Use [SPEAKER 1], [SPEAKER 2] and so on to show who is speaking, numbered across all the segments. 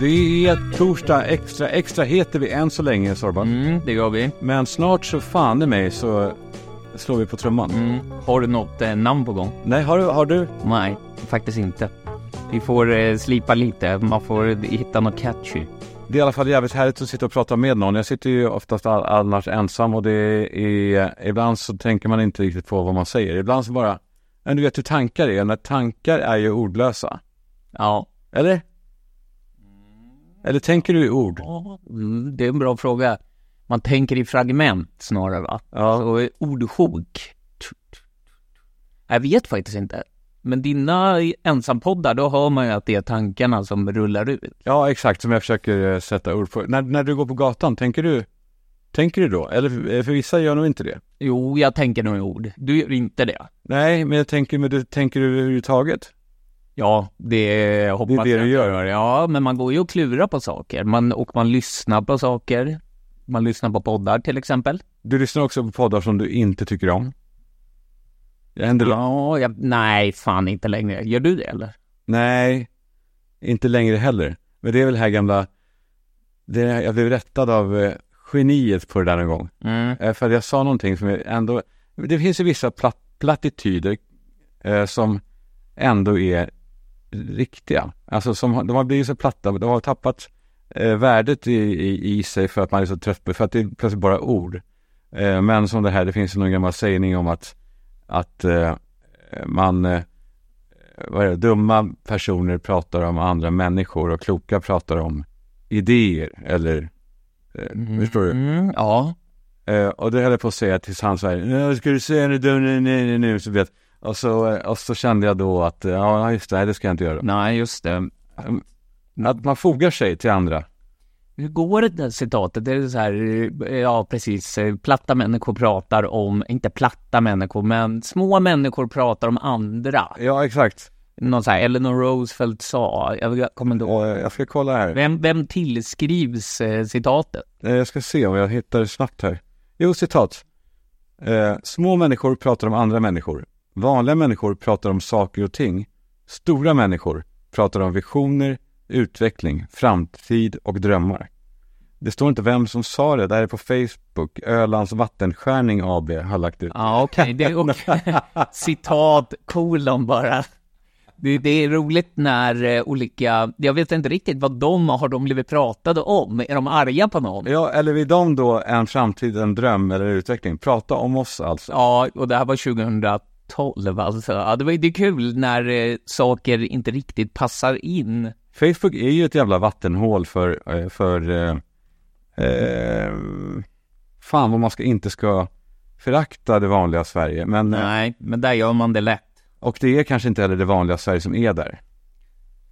[SPEAKER 1] Det är torsdag extra. Extra heter vi än så länge Sorban.
[SPEAKER 2] Mm, det gör vi.
[SPEAKER 1] Men snart så fan i mig så slår vi på trumman.
[SPEAKER 2] Mm. Har du något eh, namn på gång?
[SPEAKER 1] Nej, har du? Har du?
[SPEAKER 2] Nej, faktiskt inte. Vi får eh, slipa lite, man får hitta något catchy.
[SPEAKER 1] Det är i alla fall jävligt härligt att sitta och prata med någon. Jag sitter ju oftast all, annars ensam och det är, ibland så tänker man inte riktigt på vad man säger. Ibland så bara, men du vet hur tankar är. När tankar är ju ordlösa.
[SPEAKER 2] Ja.
[SPEAKER 1] Eller? Eller tänker du i ord?
[SPEAKER 2] Mm, Det är en bra fråga. Man tänker i fragment snarare va?
[SPEAKER 1] Ja.
[SPEAKER 2] Så eh, ordsjok. Jag vet faktiskt inte. Men dina eh, ensampoddar, då hör man ju att det är tankarna som rullar ut.
[SPEAKER 1] Ja, exakt. Som jag försöker eh, sätta ord på. När, när du går på gatan, tänker du, tänker du då? Eller eh, för vissa gör nog inte det.
[SPEAKER 2] Jo, jag tänker nog i ord. Du gör inte det?
[SPEAKER 1] Nej, men jag tänker, men du, tänker du överhuvudtaget?
[SPEAKER 2] Ja, det hoppas
[SPEAKER 1] Det är det
[SPEAKER 2] jag
[SPEAKER 1] du
[SPEAKER 2] att jag Ja, men man går ju och klurar på saker. Man, och man lyssnar på saker. Man lyssnar på poddar till exempel.
[SPEAKER 1] Du lyssnar också på poddar som du inte tycker om. Det händer då?
[SPEAKER 2] Ja, jag, nej, fan inte längre. Gör du det eller?
[SPEAKER 1] Nej, inte längre heller. Men det är väl det här gamla... Det är, jag blev rättad av eh, geniet på det där en gång.
[SPEAKER 2] Mm.
[SPEAKER 1] Eh, För jag sa någonting som jag ändå... Det finns ju vissa plat, plattityder eh, som ändå är riktiga. Alltså som, har- de har blivit så platta, de har tappat eh, värdet i, i, i sig för att man är så trött på för att det är plötsligt bara ord. Eh, men som det här, det finns ju någon gammal sägning om att, att eh, man... Eh, vad är det, dumma personer pratar om andra människor och kloka pratar om idéer eller... Eh, Förstår du?
[SPEAKER 2] Mm, ja.
[SPEAKER 1] Eh, och det höll jag på att säga tills han sa "Nu ska du säga nu, nu, nu, nu, nu, så vet och så, eh, och så kände jag då att, eh, ja just det, nej, det ska jag inte göra.
[SPEAKER 2] Nej, just det.
[SPEAKER 1] Att man fogar sig till andra.
[SPEAKER 2] Hur går det där citatet? Det är så här, eh, ja precis, eh, platta människor pratar om, inte platta människor, men små människor pratar om andra.
[SPEAKER 1] Ja, exakt.
[SPEAKER 2] Någon så här, Eleanor Roosevelt sa, jag kommer inte ihåg.
[SPEAKER 1] Och eh, jag ska kolla här.
[SPEAKER 2] Vem, vem tillskrivs eh, citatet?
[SPEAKER 1] Eh, jag ska se om jag hittar det snabbt här. Jo, citat. Eh, små människor pratar om andra människor. Vanliga människor pratar om saker och ting. Stora människor pratar om visioner, utveckling, framtid och drömmar. Det står inte vem som sa det. Det här är på Facebook. Ölands vattenskärning AB har lagt ut.
[SPEAKER 2] Ja, okej, det är okej. Citat, kolon bara. Det, det är roligt när eh, olika, jag vet inte riktigt vad de har de blivit pratade om. Är de arga på någon?
[SPEAKER 1] Ja, eller vill de då en framtid, en dröm eller utveckling? Prata om oss alltså.
[SPEAKER 2] Ja, och det här var 2012 alltså. Ja, det var ju det är kul när eh, saker inte riktigt passar in.
[SPEAKER 1] Facebook är ju ett jävla vattenhål för, eh, för eh, eh, fan vad man ska, inte ska förakta det vanliga Sverige. Men, eh,
[SPEAKER 2] Nej, men där gör man det lätt.
[SPEAKER 1] och det är kanske inte heller det vanliga Sverige som är där.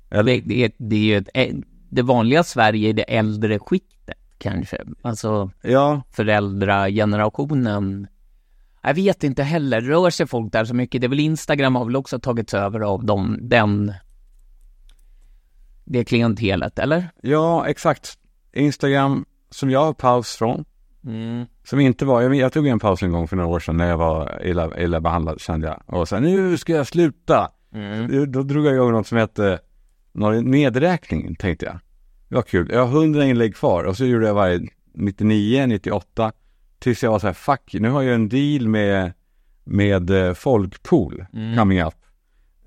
[SPEAKER 2] Det, det, är- det är ju ett, eh, det vanliga Sverige är det äldre skiktet kanske. Alltså
[SPEAKER 1] Ja,
[SPEAKER 2] föräldragenerationen. Jag vet inte heller, rör sig folk där så mycket? Det är väl Instagram har väl också tagits över av dem, den, det klientelet, eller?
[SPEAKER 1] ja exakt. Instagram som jag har paus från. Som inte var, jag, jag tog en paus en gång för några år sedan när jag var illa, illa behandlad kände jag. Och sen nu ska jag sluta. Då- Då drog jag igång något som hette någon nedräkning tänkte jag. Det var kul. Jag har 100 inlägg kvar och så gjorde jag varje 99, 98. Tills jag var så här, fuck, nu har jag en deal med, med eh, Folkpool
[SPEAKER 2] Mm.
[SPEAKER 1] coming up.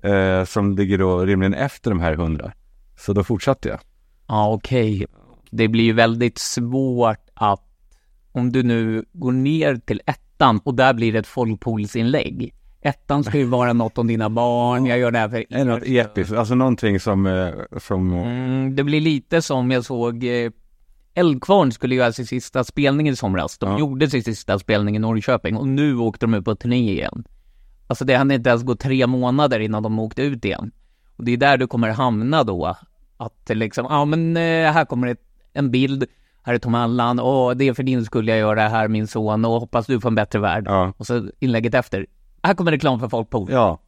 [SPEAKER 1] Eh, som ligger då rimligen efter de här 100. Så då fortsatte jag.
[SPEAKER 2] Ja, okej. Det blir ju väldigt svårt att, om du nu går ner till ettan och där blir det ett folkpoolsinlägg. Ettan ska ju vara något om dina barn, jag gör det här för
[SPEAKER 1] Eller något episkt, alltså någonting som, eh, som
[SPEAKER 2] Mm, det blir lite som jag såg eh, Eldkvarn skulle göra sin sista spelning i somras. De
[SPEAKER 1] Ja.
[SPEAKER 2] gjorde sin sista spelning i Norrköping och nu åkte de ut på turné igen. Alltså det hann inte ens gå tre månader innan de åkte ut igen. Och det är där du kommer hamna då. Att liksom, ja men eh, här kommer ett, en bild, här är Tom Allan, åh det är för din skull jag gör det här min son och hoppas du får en bättre värld.
[SPEAKER 1] ja.
[SPEAKER 2] Och så inlägget efter, här kommer reklam för Folkpool.
[SPEAKER 1] Ja,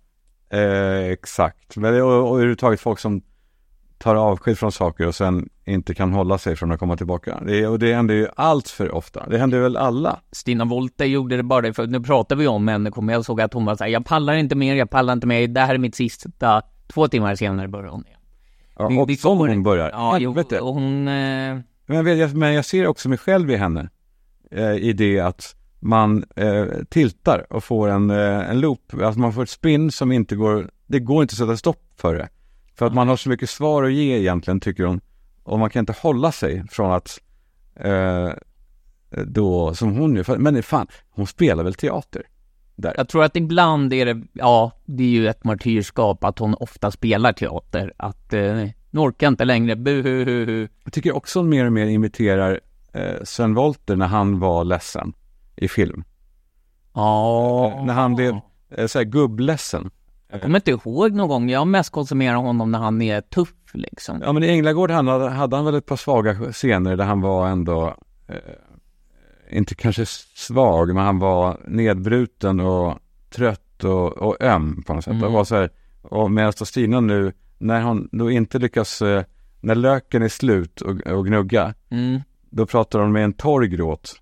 [SPEAKER 1] eh, exakt. Men det, och, och överhuvudtaget folk som tar avsked från saker och sen inte kan hålla sig från att komma tillbaka. Det, är- och det händer ju allt för ofta. Det händer väl alla.
[SPEAKER 2] Stina Wollter gjorde det bara för nu pratar vi om människor, men jag såg att hon var så här, jag pallar inte mer, jag pallar inte mer, det här är mitt sista. Två timmar senare började hon igen.
[SPEAKER 1] Ja,
[SPEAKER 2] Det-
[SPEAKER 1] och
[SPEAKER 2] det
[SPEAKER 1] som
[SPEAKER 2] går-
[SPEAKER 1] hon börjar.
[SPEAKER 2] Ja, jo,
[SPEAKER 1] Helvete.
[SPEAKER 2] och hon... Eh,
[SPEAKER 1] Men, vet jag, men jag ser också mig själv i henne. Eh, I det att man eh, tiltar och får en, eh, en loop. Alltså man får ett spinn som inte går, det går inte att sätta stopp för det. För att man har så mycket svar att ge egentligen tycker hon. Och man kan inte hålla sig från att eh, då, som hon ju, för- men fan, hon spelar väl teater?
[SPEAKER 2] Jag tror att ibland är det, ja, det är ju ett martyrskap att hon ofta spelar teater. Att eh, nu orkar jag inte längre, buhuhuhu.
[SPEAKER 1] Jag tycker också hon mer och mer imiterar eh, Sven Wollter när han var ledsen i film.
[SPEAKER 2] Ja.
[SPEAKER 1] När han blev eh, såhär gubbledsen.
[SPEAKER 2] Jag kommer inte ihåg någon gång, jag har mest konsumerat honom när han är tuff liksom.
[SPEAKER 1] Ja men i Änglagård han hade, hade han väl ett par svaga scener där han var ändå, eh, inte kanske svag, men han var nedbruten och trött och, och öm på något sätt.
[SPEAKER 2] Mm.
[SPEAKER 1] Och var så här, och medan då Stina nu, när hon då inte lyckas, eh, när löken är slut och, och gnugga,
[SPEAKER 2] Mm.
[SPEAKER 1] då pratar hon med en torr gråt.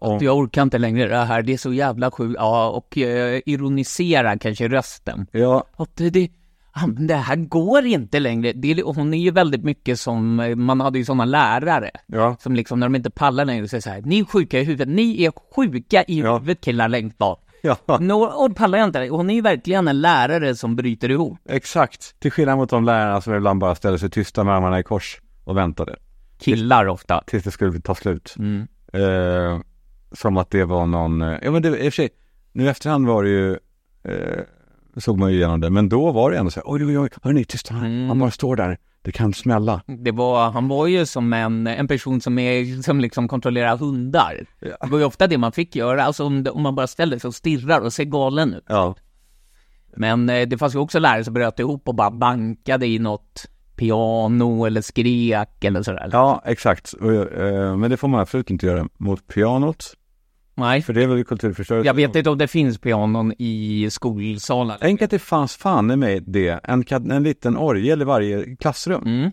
[SPEAKER 1] Om,
[SPEAKER 2] Jag orkar inte längre det här, det är så jävla sjukt. Ja, och eh, ironisera kanske i rösten.
[SPEAKER 1] ja,
[SPEAKER 2] Att det, det, ja, men det här går inte längre. Det, är- och hon är ju väldigt mycket som, eh, man hade ju sådana lärare.
[SPEAKER 1] ja.
[SPEAKER 2] Som liksom när de inte pallar längre säger så här, ni är sjuka i huvudet, ni är sjuka i
[SPEAKER 1] Ja.
[SPEAKER 2] huvudet killar längst bak.
[SPEAKER 1] Ja,
[SPEAKER 2] Nå, och pallar jag inte, hon är ju verkligen en lärare som bryter ihop.
[SPEAKER 1] exakt. Till skillnad mot de lärarna som ibland bara ställde sig tysta med armarna i kors och väntade
[SPEAKER 2] Killar ofta.
[SPEAKER 1] tills det skulle ta slut.
[SPEAKER 2] Mm.
[SPEAKER 1] Eh, som att det var någon, eh, ja men det, i och för sig, nu i efterhand var det ju, eh, såg man ju igenom det, men då var det ändå så här, oj, oj, oj, hörni, tyst, han,
[SPEAKER 2] Mm.
[SPEAKER 1] han bara står där, det kan smälla.
[SPEAKER 2] Det var, han var ju som en, en person som, är, som liksom kontrollerar hundar.
[SPEAKER 1] Ja.
[SPEAKER 2] Det var ju ofta det man fick göra, alltså om, det- om man bara ställer sig och stirrar och ser galen ut.
[SPEAKER 1] Ja.
[SPEAKER 2] Men eh, det fanns ju också lärare som bröt ihop och bara bankade i något piano eller skrek eller sådär.
[SPEAKER 1] Ja, exakt. Och, eh, men det får man absolut inte göra mot pianot,
[SPEAKER 2] Nej,
[SPEAKER 1] för det är väl kulturförstörelse.
[SPEAKER 2] jag vet inte om det finns pianon i skolsalen.
[SPEAKER 1] Tänk att det fanns fan i mig det, en, kad- en liten orgel i varje klassrum.
[SPEAKER 2] Mm.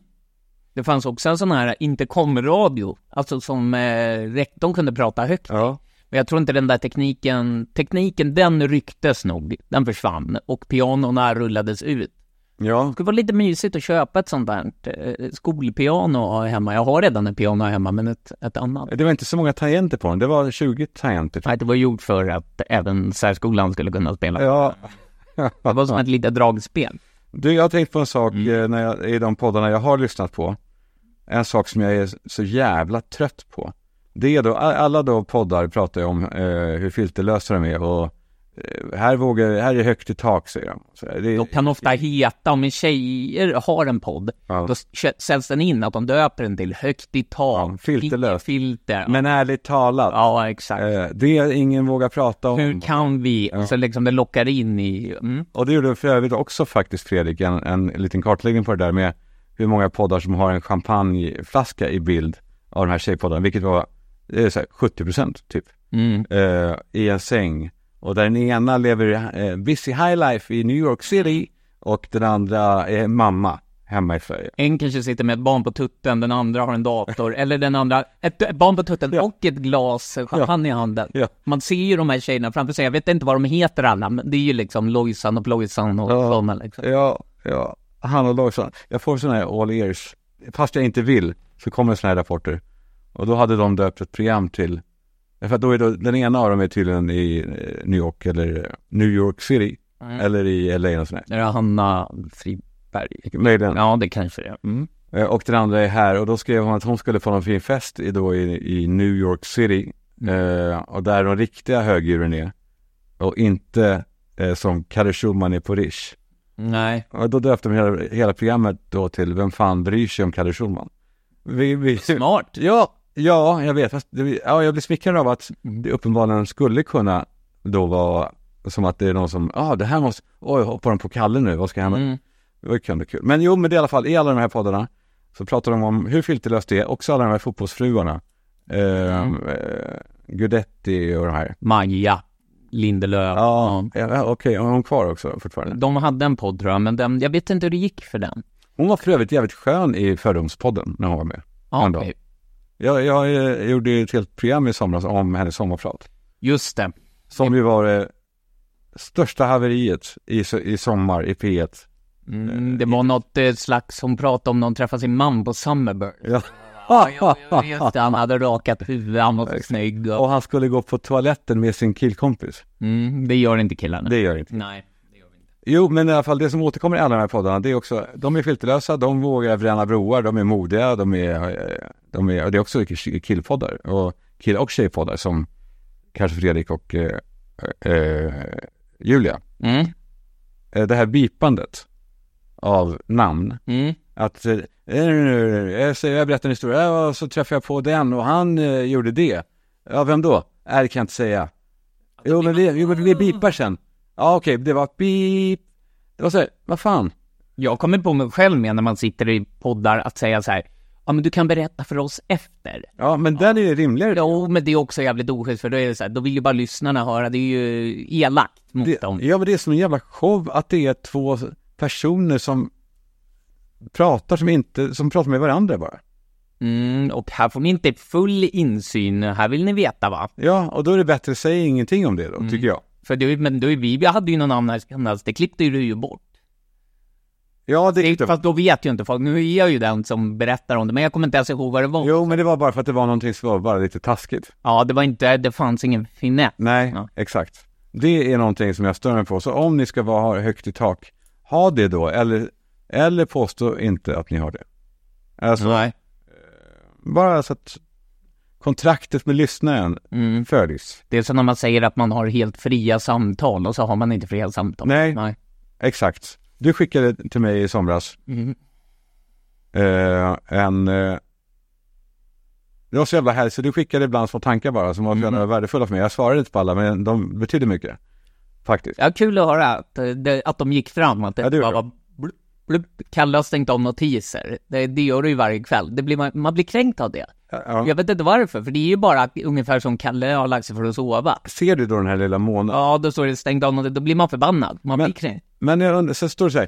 [SPEAKER 2] Det fanns också en sån här intercomradio, alltså som eh, rektorn kunde prata högt.
[SPEAKER 1] Ja.
[SPEAKER 2] Men jag tror inte den där tekniken, tekniken den rycktes nog, den försvann och pianona rullades ut.
[SPEAKER 1] Ja,
[SPEAKER 2] Det skulle vara lite mysigt att köpa ett sånt där eh, skolpiano att ha hemma. Jag har redan ett piano hemma, men ett, ett annat.
[SPEAKER 1] det var inte så många tangenter på den, det var 20 tangenter.
[SPEAKER 2] Nej, det var gjort för att även särskolan skulle kunna spela.
[SPEAKER 1] Ja.
[SPEAKER 2] Det var som ett litet dragspel.
[SPEAKER 1] Du, jag har tänkt på en sak
[SPEAKER 2] Mm.
[SPEAKER 1] eh, när jag, i de poddarna jag har lyssnat på. En sak som jag är så jävla trött på. Det är då, a- alla då poddar pratar ju om eh, hur filterlösa de är och eh, här vågar, här är högt i tak säger de. Så här, det,
[SPEAKER 2] De kan ofta heta, om en tjejer har en podd,
[SPEAKER 1] ja.
[SPEAKER 2] Då kö- säljs den in att de döper den till högt i tak.
[SPEAKER 1] Ja, filterlöst.
[SPEAKER 2] Filter.
[SPEAKER 1] Men ärligt talat,
[SPEAKER 2] ja, exakt.
[SPEAKER 1] eh, det är ingen vågar prata
[SPEAKER 2] Hur
[SPEAKER 1] om.
[SPEAKER 2] kan vi? Och så liksom det lockar in i... Mm.
[SPEAKER 1] Och det gjorde för övrigt också faktiskt Fredrik, en, en liten kartläggning på det där med hur många poddar som har en champagneflaska i bild av de här tjejpoddarna, vilket var det är så här, 70% typ.
[SPEAKER 2] Mm.
[SPEAKER 1] eh, i en säng. Och där den ena lever eh, busy high life i New York City och den andra är mamma hemma i Sverige.
[SPEAKER 2] En kanske sitter med ett barn på tutten, den andra har en dator, eller den andra, ett, ett barn på tutten
[SPEAKER 1] Ja.
[SPEAKER 2] och ett glas champagne i handen.
[SPEAKER 1] Ja.
[SPEAKER 2] Man ser ju de här tjejerna framför sig, jag vet inte vad de heter alla, men det är ju liksom Lojsan och Plojsan och
[SPEAKER 1] Ja.
[SPEAKER 2] sådana liksom.
[SPEAKER 1] Ja, ja. Han och Lojsan. Jag får sådana här all ears. Fast jag inte vill så kommer sådana här rapporter. Och då hade de döpt ett program till för att då är då, den ena av dem är tydligen i eh, New York eller eh, New York City
[SPEAKER 2] Mm.
[SPEAKER 1] eller i LA och sådär.
[SPEAKER 2] Är det Hanna Friberg?
[SPEAKER 1] Möjligen.
[SPEAKER 2] Ja, det kanske det är. Mm.
[SPEAKER 1] Eh, Och den andra är här och då skrev hon att hon skulle få någon fin fest i, då, i, i New York City. Eh, och där de riktiga högdjuren är. Och inte eh, som Kalle Schulman är på Rish.
[SPEAKER 2] Nej.
[SPEAKER 1] Och då döpte de hela, hela programmet då till Vem fan bryr sig om Kalle Schulman? Vi, vi,
[SPEAKER 2] Smart.
[SPEAKER 1] ja, ja, jag vet. Fast det, ja, jag blir smickrad av att det uppenbarligen skulle kunna då vara som att det är någon som, ja ah, det här måste, oj hoppar de på Kalle nu, vad ska hända?
[SPEAKER 2] Mm.
[SPEAKER 1] Det var ju kul, kul. Men jo, men det är i alla fall, i alla de här poddarna så pratar de om hur filterlöst det är, också alla de här fotbollsfruarna. Ehm,
[SPEAKER 2] Mm.
[SPEAKER 1] eh, Gudetti och de här.
[SPEAKER 2] Maja Lindelöf.
[SPEAKER 1] Ja, ja okej, har hon kvar också fortfarande?
[SPEAKER 2] De hade en podd tror jag, men den, jag vet inte hur det gick för den.
[SPEAKER 1] Hon var för övrigt jävligt skön i Fördomspodden när hon var med.
[SPEAKER 2] Ja,
[SPEAKER 1] Ändå.
[SPEAKER 2] okej.
[SPEAKER 1] Jag, jag eh, gjorde ju ett helt program i somras om hennes sommarprat.
[SPEAKER 2] Just det.
[SPEAKER 1] Som ju var det största haveriet i, so- i sommar i P1.
[SPEAKER 2] Mm, det var något eh, slags, hon pratade om någon träffade sin man på Summerburst.
[SPEAKER 1] Ja.
[SPEAKER 2] Ja, ja, just det, han hade rakat huvudet, han var så snygg och...
[SPEAKER 1] Och han skulle gå på toaletten med sin killkompis.
[SPEAKER 2] Mm, det gör inte killarna.
[SPEAKER 1] Det gör inte.
[SPEAKER 2] Nej.
[SPEAKER 1] Jo, men i alla fall det som återkommer i alla de här poddarna, det är också, de är filterlösa, de vågar bränna broar, de är modiga, de är, eh, de är och det är också killpoddar och kill och tjejpoddar som kanske Fredrik och eh, eh, Julia.
[SPEAKER 2] Mm,
[SPEAKER 1] Eh, Det här bipandet av namn,
[SPEAKER 2] mm,
[SPEAKER 1] att eh, jag säger- eh, jag berättar en historia, ja, och så träffade jag på den och han eh, gjorde det. Ja, vem då? Nej, det kan jag inte säga. Jo, men vi, jo, men vi bipar sen. Ja, okej, det var bip. Det var så här, vad fan?
[SPEAKER 2] Jag kommer på mig själv med när man sitter i poddar att säga så här, ja men du kan berätta för oss efter.
[SPEAKER 1] Ja, men den är ju rimligare.
[SPEAKER 2] Jo, oh, men det är också jävligt oschysst för då är det så här, då vill ju bara lyssnarna höra, det är ju elakt mot
[SPEAKER 1] Det,
[SPEAKER 2] dem.
[SPEAKER 1] ja, men det är som en jävla show att det är två personer som pratar som inte, som pratar med varandra bara.
[SPEAKER 2] Mm, och här får ni inte full insyn, här vill ni veta va?
[SPEAKER 1] Ja, och då är det bättre att säga ingenting om det då, tycker jag.
[SPEAKER 2] För du, men du, vi hade ju någon annan skandal, det klippte ju du ju bort.
[SPEAKER 1] Ja, det,
[SPEAKER 2] Det, fast då vet ju inte folk, nu är jag ju den som berättar om det, men jag kommer inte ens ihåg vad det var.
[SPEAKER 1] Jo, men det var bara för att det var någonting som var bara lite taskigt.
[SPEAKER 2] Ja, det var inte, det fanns ingen finett.
[SPEAKER 1] Nej,
[SPEAKER 2] Ja.
[SPEAKER 1] exakt. Det är någonting som jag stör mig på. Så om ni ska vara, ha högt i tak, ha det då. Eller, eller påstå inte att ni har det. Alltså,
[SPEAKER 2] Nej.
[SPEAKER 1] bara så att kontraktet med lyssnaren
[SPEAKER 2] Mm.
[SPEAKER 1] följs.
[SPEAKER 2] Det är som när man säger att man har helt fria samtal och så har man inte fria samtal.
[SPEAKER 1] Nej.
[SPEAKER 2] Nej.
[SPEAKER 1] Exakt. Du skickade till mig i somras
[SPEAKER 2] Mm.
[SPEAKER 1] eh, en... Eh, det var så jävla härligt, så du skickade ibland små tankar bara som var så
[SPEAKER 2] Mm.
[SPEAKER 1] jävla värdefulla för mig. Jag svarade inte på alla, men de betydde mycket. Faktiskt.
[SPEAKER 2] Ja, kul att höra att, eh, det, att de gick fram, att det,
[SPEAKER 1] Ja, det
[SPEAKER 2] bara
[SPEAKER 1] gjorde
[SPEAKER 2] var blup, blup. Kalle har stängt av notiser. Det, det gör du ju varje kväll. Det blir man, man blir kränkt av det.
[SPEAKER 1] Ja.
[SPEAKER 2] Jag vet inte varför, för det är ju bara att- ungefär som Kalle har lagt sig för att sova.
[SPEAKER 1] Ser du då den här lilla månen?
[SPEAKER 2] Ja, då står det stängt av notiser, då blir man förbannad. Man
[SPEAKER 1] Men-
[SPEAKER 2] blir kränkt.
[SPEAKER 1] Men jag undrar, sen står det så här,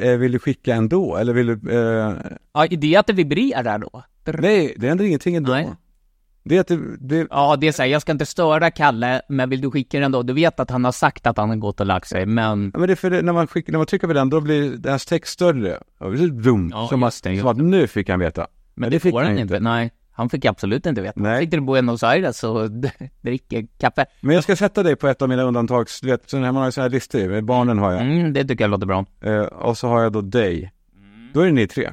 [SPEAKER 1] eh, vill du skicka ändå? Eller vill du... Eh,
[SPEAKER 2] Ja, det är att det vibrerar då. Drr.
[SPEAKER 1] nej, det händer ingenting ändå.
[SPEAKER 2] Nej.
[SPEAKER 1] Det är att det, det,
[SPEAKER 2] Ja, det är såhär, jag ska inte störa Kalle, men vill du skicka den då? Du vet att han har sagt att han har gått och lagt sig, men...
[SPEAKER 1] ja, men det är för det, när, man skickar, när man trycker på den, då blir deras text större. Och det är boom,
[SPEAKER 2] Ja,
[SPEAKER 1] som, att,
[SPEAKER 2] just det,
[SPEAKER 1] som att nu fick han veta. Men
[SPEAKER 2] Det får han inte. Nej, han fick absolut inte veta. Han
[SPEAKER 1] Nej.
[SPEAKER 2] sitter i Buenos Aires och dricker kaffe.
[SPEAKER 1] Men jag ska sätta dig på ett av mina undantags, du vet, så när man har sådana här listor, med barnen har jag,
[SPEAKER 2] Mm, det tycker jag låter bra.
[SPEAKER 1] eh, och så har jag då dig. Då är det ni tre.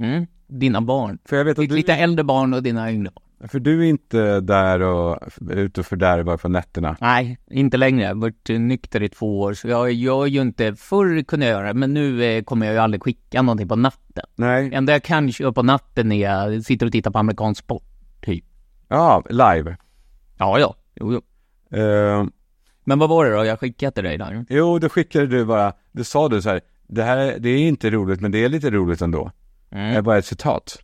[SPEAKER 2] Mm. Dina barn.
[SPEAKER 1] För jag vet att
[SPEAKER 2] Ditt
[SPEAKER 1] du,
[SPEAKER 2] lite äldre barn och dina yngre barn.
[SPEAKER 1] för du är inte där och ute och fördärvar på nätterna.
[SPEAKER 2] Nej, inte längre. Jag har varit eh, nykter i två år, så jag gör ju inte... Förr kunde jag göra det, men nu eh, kommer jag ju aldrig skicka någonting på natten. Det
[SPEAKER 1] Nej.
[SPEAKER 2] enda jag kan göra på natten är jag sitter och tittar på amerikansk sport, typ.
[SPEAKER 1] Ja, live.
[SPEAKER 2] Ja, ja. Jo, jo.
[SPEAKER 1] Eh,
[SPEAKER 2] Men vad var det då jag skickade till dig där?
[SPEAKER 1] Jo, då skickade du bara, du sa du så här, det här är- det är inte roligt men det är lite roligt ändå. Det är bara ett citat.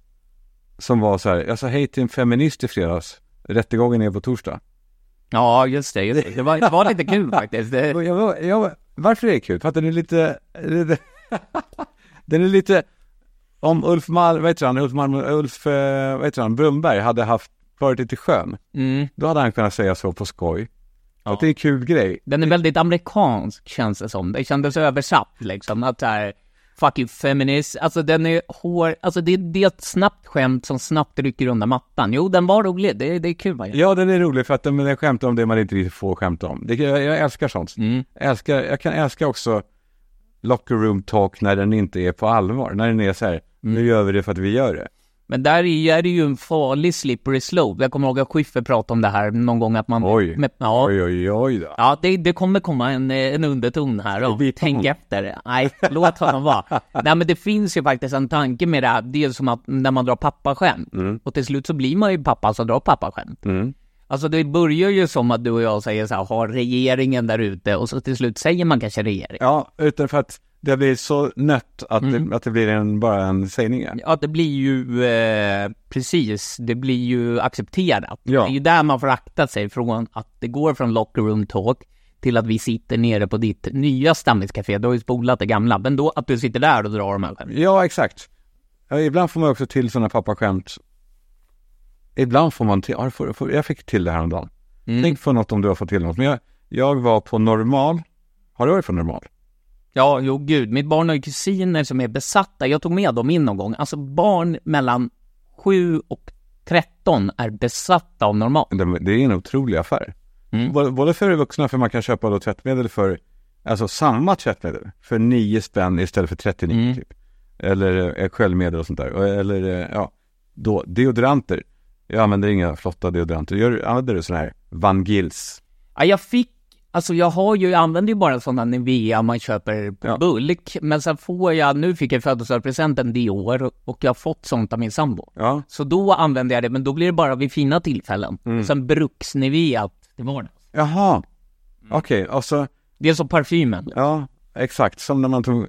[SPEAKER 1] Som var så här, jag sa hej till en feminist i fredags, rättegången är på torsdag.
[SPEAKER 2] Ja, just det. Just det. Det, var, det var lite kul faktiskt. Det,
[SPEAKER 1] Och Jag, var- jag, var- varför är det kul? För att den är lite, lite den är lite, om Ulf Malm, vad heter han, Ulf Malm, Ulf, eh, vad heter han, Brumberg hade haft, varit lite skön,
[SPEAKER 2] mm.
[SPEAKER 1] då hade han kunnat säga så på skoj. Att det är en kul grej.
[SPEAKER 2] Den är väldigt amerikansk känns det som. Det kändes översatt liksom. Att såhär, fuck you feminist. Alltså den är hår, alltså det, det är ett snabbt skämt som snabbt rycker undan mattan. Jo, den var rolig. Det, det är kul va?
[SPEAKER 1] Ja, den är rolig för att den, den skämtar om det man inte riktigt får skämta om. Det, jag, jag älskar sånt.
[SPEAKER 2] Mm.
[SPEAKER 1] Jag, älskar, jag kan älska också locker room talk när den inte är på allvar. När den är så här,
[SPEAKER 2] Mm.
[SPEAKER 1] nu gör vi det för att vi gör det.
[SPEAKER 2] Men där i är det ju en farlig slippery slope. Jag kommer ihåg att Schiffer pratade om det här någon gång att man...
[SPEAKER 1] Oj.
[SPEAKER 2] Med, ja,
[SPEAKER 1] Oj, oj, oj då.
[SPEAKER 2] Ja, det, det kommer komma en, eh, en underton här och
[SPEAKER 1] Vi tar
[SPEAKER 2] tänk
[SPEAKER 1] honom.
[SPEAKER 2] efter. Nej, låt honom vara. Nej, men det finns ju faktiskt en tanke med det här. Det är som att när man drar pappaskämt och till slut så blir man ju pappa som drar pappaskämt.
[SPEAKER 1] Mm.
[SPEAKER 2] Alltså det börjar ju som att du och jag säger så här, har regeringen där ute och så till slut säger man kanske regering.
[SPEAKER 1] Ja, utan för att det blir så nött att,
[SPEAKER 2] Mm.
[SPEAKER 1] det, att det blir en, bara en sägning. ja.
[SPEAKER 2] Ja, det blir ju eh, precis, det blir ju accepterat.
[SPEAKER 1] Ja.
[SPEAKER 2] Det är ju där man får akta sig från att det går från locker room talk till att vi sitter nere på ditt nya stammiscafé. Du har ju spolat det gamla, men då att du sitter där och drar de här.
[SPEAKER 1] Ja, exakt. Ja, ibland får man också till sådana pappaskämt. Ibland får man till, ja, det får- får- jag fick till det häromdagen.
[SPEAKER 2] Mm.
[SPEAKER 1] Tänk på något om du har fått till något. Men jag, jag var på normal. Har du varit på normal?
[SPEAKER 2] Ja, jo gud, mitt barn har ju kusiner som är besatta. Jag tog med dem in någon gång. Alltså barn mellan 7 och 13 är besatta av normal.
[SPEAKER 1] Det, det är en otrolig affär.
[SPEAKER 2] Mm.
[SPEAKER 1] Både- Både för vuxna, för man kan köpa då tvättmedel för, alltså samma tvättmedel, för 9 spänn istället för 39
[SPEAKER 2] Mm.
[SPEAKER 1] typ. Eller eh, sköljmedel och sånt där. Och- Eller, eh, ja, då, deodoranter. Jag använder inga flotta deodoranter. Gör, använder du sån här Van Gils?
[SPEAKER 2] Ja, jag fick, alltså jag har ju, jag använder ju bara sådana Nivea man köper på
[SPEAKER 1] Ja.
[SPEAKER 2] bulk. Men sen får jag, nu fick jag i födelsedagspresent en Dior och jag har fått sånt av min sambo.
[SPEAKER 1] Ja.
[SPEAKER 2] Så då använder jag det, men då blir det bara vid fina tillfällen.
[SPEAKER 1] Mm.
[SPEAKER 2] Sen bruksnivea att det var det.
[SPEAKER 1] Jaha.
[SPEAKER 2] Mm.
[SPEAKER 1] Okej, och så,
[SPEAKER 2] Det är som parfymen.
[SPEAKER 1] ja, exakt. Som när man tog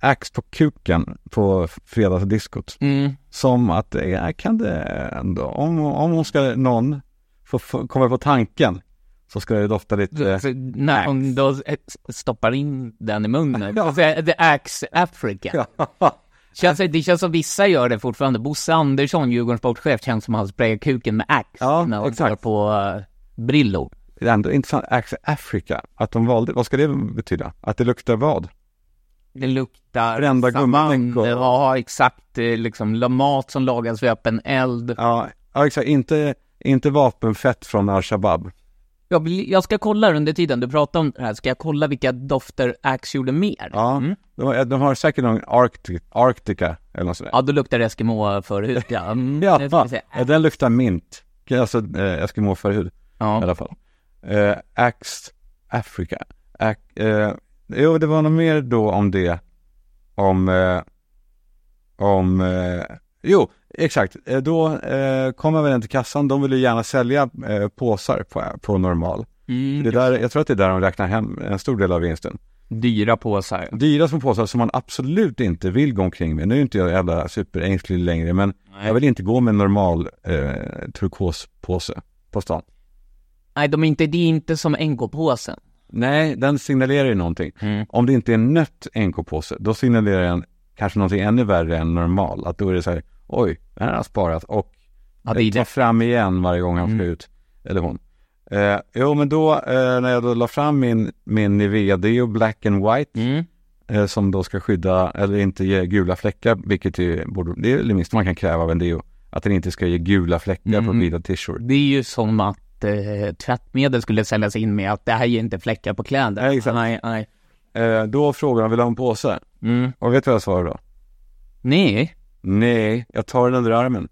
[SPEAKER 1] Axe på kuken på fredagsdiskot.
[SPEAKER 2] Mm.
[SPEAKER 1] Som att, eh, kan det ändå, om, om hon ska, någon får, får, kommer på tanken så ska det dofta lite,
[SPEAKER 2] Så när hon då s- stoppar in den i munnen.
[SPEAKER 1] Ja.
[SPEAKER 2] The, the Axe Africa.
[SPEAKER 1] ja,
[SPEAKER 2] Känns, det känns som vissa gör det fortfarande. Bosse Andersson, Djurgårdens sportchef, känns som han sprayar kuken med Axe
[SPEAKER 1] Ja,
[SPEAKER 2] när han
[SPEAKER 1] exakt.
[SPEAKER 2] står på eh, Brillo.
[SPEAKER 1] det är ändå intressant, Axe Africa, att de valde, vad ska det betyda? Att det luktar vad?
[SPEAKER 2] Det luktar
[SPEAKER 1] Brända gummidäck och-
[SPEAKER 2] Ja, exakt. eh, Liksom la- mat som lagas vid öppen eld.
[SPEAKER 1] Ja, ja exakt, inte, inte vapenfett från al-Shabab.
[SPEAKER 2] Jag, vill, jag ska kolla under tiden du pratar om det här, ska jag kolla vilka dofter Axe gjorde mer?
[SPEAKER 1] Ja, de, har- de har säkert någon Arctic, Arctica eller något sånt där.
[SPEAKER 2] Ja, då luktar det Eskimo-förhud, ja. Mm, nu ska
[SPEAKER 1] Ja,
[SPEAKER 2] vi se.
[SPEAKER 1] ja, den luktar mint. Alltså eh, Eskimo-förhud i
[SPEAKER 2] Ja.
[SPEAKER 1] alla fall. Eh, Axe Africa. Ac- eh, jo, det var något mer då om det. Om... Eh, om... Eh, jo, exakt. Eh, då eh, kom jag väl in till kassan. De ville ju gärna sälja eh, påsar på, på normal.
[SPEAKER 2] Mm,
[SPEAKER 1] Det där, jag tror att det är där de räknar hem en stor del av vinsten.
[SPEAKER 2] dyra påsar.
[SPEAKER 1] Dyra små påsar som man absolut inte vill gå omkring med. Nu är inte jag jävla superängslig längre, men jag vill inte gå med en normal eh, turkospåse på stan.
[SPEAKER 2] Nej, de är inte, det är inte som NK-påsen.
[SPEAKER 1] Nej, den signalerar ju någonting.
[SPEAKER 2] Mm.
[SPEAKER 1] Om det inte är en nött NK-påse, då signalerar den kanske någonting ännu värre än normal. Att då är det så här, oj, den här har sparat och
[SPEAKER 2] Ja, det Mm. är
[SPEAKER 1] tar
[SPEAKER 2] det.
[SPEAKER 1] fram igen varje gång han ska ut. Eller hon. Eh, jo, men då eh, när jag då la fram min, min Nivea Deo Black and White,
[SPEAKER 2] Mm.
[SPEAKER 1] eh, som då ska skydda, eller inte ge gula fläckar, vilket är, borde, det är det minsta man kan kräva av en Deo. Att den inte ska ge gula fläckar på
[SPEAKER 2] Mm.
[SPEAKER 1] vita t-shirts.
[SPEAKER 2] Det är ju som att eh, tvättmedel skulle säljas in med att det här ger inte fläckar på kläder.
[SPEAKER 1] Nej, exakt.
[SPEAKER 2] Nej, nej.
[SPEAKER 1] Eh, då frågade han, vill du ha en påse?
[SPEAKER 2] Mm.
[SPEAKER 1] Och vet du vad jag svarade då?
[SPEAKER 2] Nej.
[SPEAKER 1] Nej, jag tar den under armen.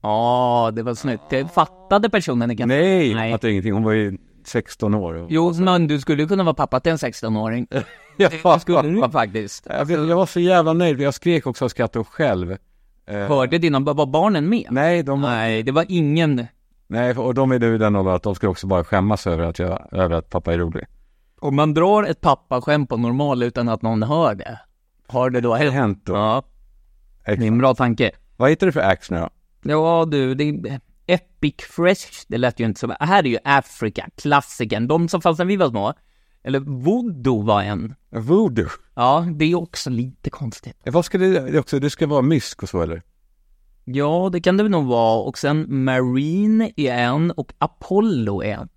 [SPEAKER 2] Ja, det var snyggt. Det fattade personen i kanske.
[SPEAKER 1] Nej,
[SPEAKER 2] Nej.
[SPEAKER 1] jag fattar ingenting. Hon var ju 16 år. och-
[SPEAKER 2] Jo, men du skulle kunna vara pappa till en 16-åring.
[SPEAKER 1] jag,
[SPEAKER 2] Det skulle du vara faktiskt.
[SPEAKER 1] jag, vet- jag var så jävla nöjd. Jag skrek också av skratt och själv.
[SPEAKER 2] Hörde dina, var barnen med?
[SPEAKER 1] Nej, de, nej.
[SPEAKER 2] Nej, det var ingen.
[SPEAKER 1] och de är nu i den åldern att de ska också bara skämmas över att, jag, över att pappa är rolig.
[SPEAKER 2] Om man drar ett pappaskämt på normal utan att någon hör det, har det då
[SPEAKER 1] Det
[SPEAKER 2] hänt?
[SPEAKER 1] har hänt då.
[SPEAKER 2] Ja. Det är en bra tanke.
[SPEAKER 1] Vad heter det för axe nu då?
[SPEAKER 2] Ja du, det är Epic Fresh, det lät ju inte som... Här är ju Africa, klassiken. De som fanns när vi var små. Eller Voodoo var en.
[SPEAKER 1] Voodoo.
[SPEAKER 2] Ja, det är också lite konstigt.
[SPEAKER 1] Vad ska det, det också, det ska vara mysk och så eller?
[SPEAKER 2] Ja, det kan det väl nog vara. Och sen Marine är en och Apollo är en.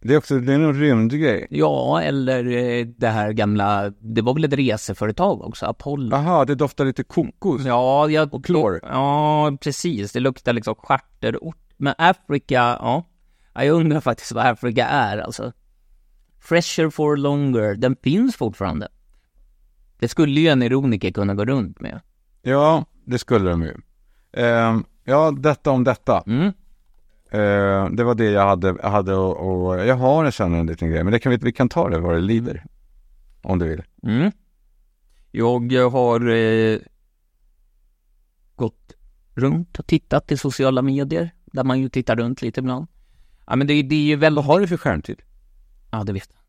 [SPEAKER 1] Det är också, det är någon rymdgrej.
[SPEAKER 2] Ja, eller eh, det här gamla... Det var väl ett reseföretag också, Apollo.
[SPEAKER 1] Jaha, det doftar lite kokos.
[SPEAKER 2] Ja, jag...
[SPEAKER 1] Och klor.
[SPEAKER 2] Ja, precis. Det luktar liksom charterort. Men Afrika, ja. ja. Jag undrar faktiskt vad Afrika är alltså. Fresher for longer, den finns fortfarande. Det skulle ju en ironiker kunna gå runt med.
[SPEAKER 1] Ja, det skulle de ju. Ehm, ja, detta om detta.
[SPEAKER 2] Mm.
[SPEAKER 1] Eh, det var det jag hade, jag hade och, och jag har en sån en liten grej, men det kan vi, vi kan ta det vad det lider. Om du vill.
[SPEAKER 2] Mm. Jag har eh, gått runt och tittat i sociala medier, där man ju tittar runt lite ibland. Ja men det, det är ju väldigt...
[SPEAKER 1] Vad har du för skärmtid?
[SPEAKER 2] Ja, det vet jag.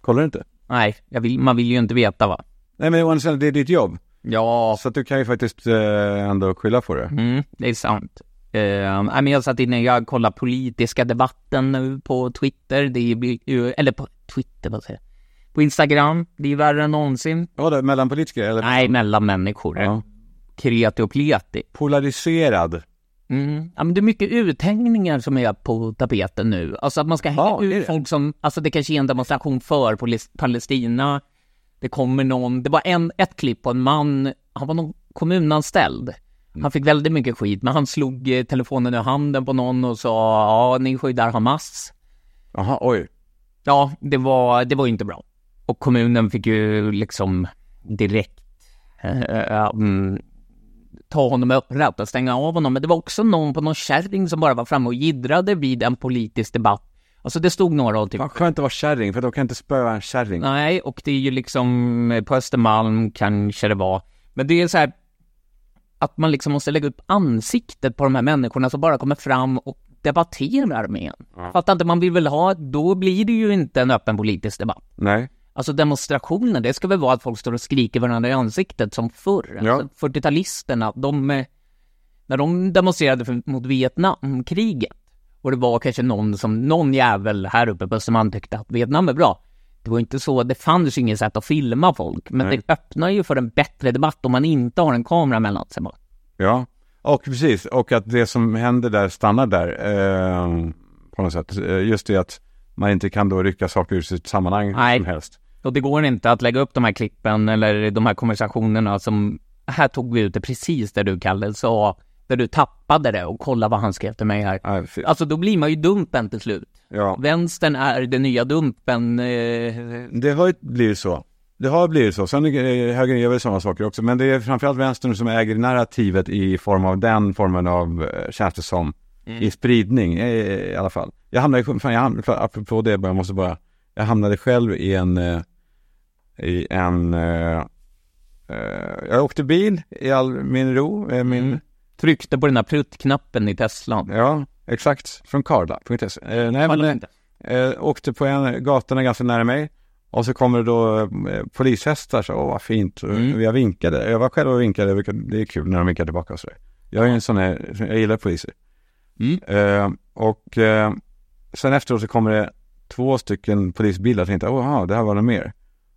[SPEAKER 1] Kollar du inte?
[SPEAKER 2] Nej, jag vill, man vill ju inte veta va.
[SPEAKER 1] Nej men å andra sidan, det är ditt jobb.
[SPEAKER 2] Ja,
[SPEAKER 1] Så att du kan ju faktiskt eh, ändå skylla på det.
[SPEAKER 2] Mm, det är sant. Eh, nej, men jag satt inne, jag kollar politiska debatten nu på Twitter, det blir ju, eller på Twitter, vad säger jag? På Instagram, det är värre än någonsin.
[SPEAKER 1] Vadå, mellan politiker eller?
[SPEAKER 2] Nej, mellan människor.
[SPEAKER 1] Ja.
[SPEAKER 2] Kreti och pleti.
[SPEAKER 1] Polariserad.
[SPEAKER 2] Mm. Ja, men det är mycket uthängningar som är på tapeten nu. Alltså att man ska hänga
[SPEAKER 1] Ja, det är
[SPEAKER 2] ut
[SPEAKER 1] det.
[SPEAKER 2] folk som, alltså det kanske är en demonstration för Palis- Palestina. Det kommer någon, det var en, ett klipp på en man, han var någon kommunanställd. Han fick väldigt mycket skit, men han slog eh, telefonen ur handen på någon och sa ja, ni skyddar Hamas.
[SPEAKER 1] Jaha, oj.
[SPEAKER 2] Ja, det var, det var ju inte bra. Och kommunen fick ju liksom direkt eh, eh, mm, ta honom i öppnrätt och stänga av honom. Men det var också någon på någon kärring som bara var framme och jiddrade vid en politisk debatt. Alltså det stod några och typ
[SPEAKER 1] Fan, skönt att vara kärring, för då kan jag inte spöa en kärring.
[SPEAKER 2] Nej, och det är ju liksom eh, på Östermalm kanske det var. Men det är så här att man liksom måste lägga upp ansiktet på de här människorna som bara kommer fram och debatterar med en. Fattar inte, man vill väl ha, då blir det ju inte en öppen politisk debatt.
[SPEAKER 1] Nej.
[SPEAKER 2] Alltså demonstrationer, det ska väl vara att folk står och skriker varandra i ansiktet som förr.
[SPEAKER 1] Ja.
[SPEAKER 2] Alltså 40-talisterna, de, eh, när de demonstrerade för, mot Vietnamkriget och det var kanske någon som, någon jävel här uppe på Östermalm tyckte att Vietnam är bra. Det var inte så, det fanns ju inget sätt att filma folk, men
[SPEAKER 1] Nej.
[SPEAKER 2] det öppnar ju för en bättre debatt om man inte har en kamera mellan sig bara.
[SPEAKER 1] Ja. Och precis, och att det som händer där stannar där. Eh, på något sätt. Eh, Just det att man inte kan då rycka saker ur sitt sammanhang
[SPEAKER 2] Nej.
[SPEAKER 1] som helst.
[SPEAKER 2] Och det går inte att lägga upp de här klippen eller de här konversationerna som, här tog vi ut det precis där du Kalle sa, där du tappade det och kolla vad han skrev till mig här.
[SPEAKER 1] Nej, fy-
[SPEAKER 2] Alltså då blir man ju dumpen till slut.
[SPEAKER 1] Ja.
[SPEAKER 2] Vänstern är den nya dumpen. Eh,
[SPEAKER 1] Det har ju blivit så. Det har blivit så. Sen eh, högern gör väl sådana saker också. Men det är framförallt vänstern som äger narrativet i form av den formen av, eh, känns det som, i spridning eh, i alla fall. Jag hamnade, ju- fan, jag hamnade för, apropå det, bara, jag måste bara, jag hamnade själv i en, eh, i en, eh, eh, jag åkte bil i all min ro, eh, min
[SPEAKER 2] Mm. tryckte på den här pruttknappen i Teslan.
[SPEAKER 1] Ja, exakt. Från Karla.se. Eh, nej, men eh, åkte på en gatorna ganska nära mig. Och så kommer det då eh, polishästar. Så, Åh, vad fint. Och
[SPEAKER 2] Mm.
[SPEAKER 1] Jag vinkade. Jag var själv och vinkade. Det brukar- Det är kul när de vinkar tillbaka och sådär. Jag är en sån här, jag gillar poliser.
[SPEAKER 2] Mm.
[SPEAKER 1] Eh, och eh, sen efteråt så kommer det två stycken polisbilar. Jag tänkte, åh, det här var något mer.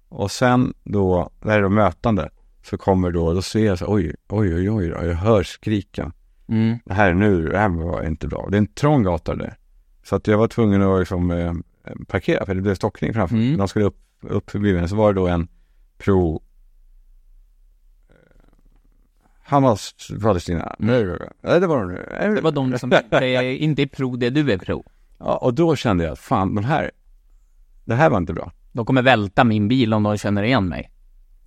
[SPEAKER 1] Och sen då, det här är då mötande. Så kommer då, då ser jag så oj, oj, oj, oj, då. jag hör skriken
[SPEAKER 2] Mm.
[SPEAKER 1] det här nu, det här var inte bra. Det är en trång gata där. Så att jag var tvungen att liksom, eh, parkera för det blev stockning framför mig.
[SPEAKER 2] Mm.
[SPEAKER 1] De skulle upp, upp förbi mig. Så var det då en pro... eh, Hamas Palestina. Nej, det var Eh, de nu.
[SPEAKER 2] Det var de som inte är, inte är pro det du är pro.
[SPEAKER 1] Ja, och då kände jag att fan, de här, det här var inte bra.
[SPEAKER 2] De kommer välta min bil om de känner igen mig.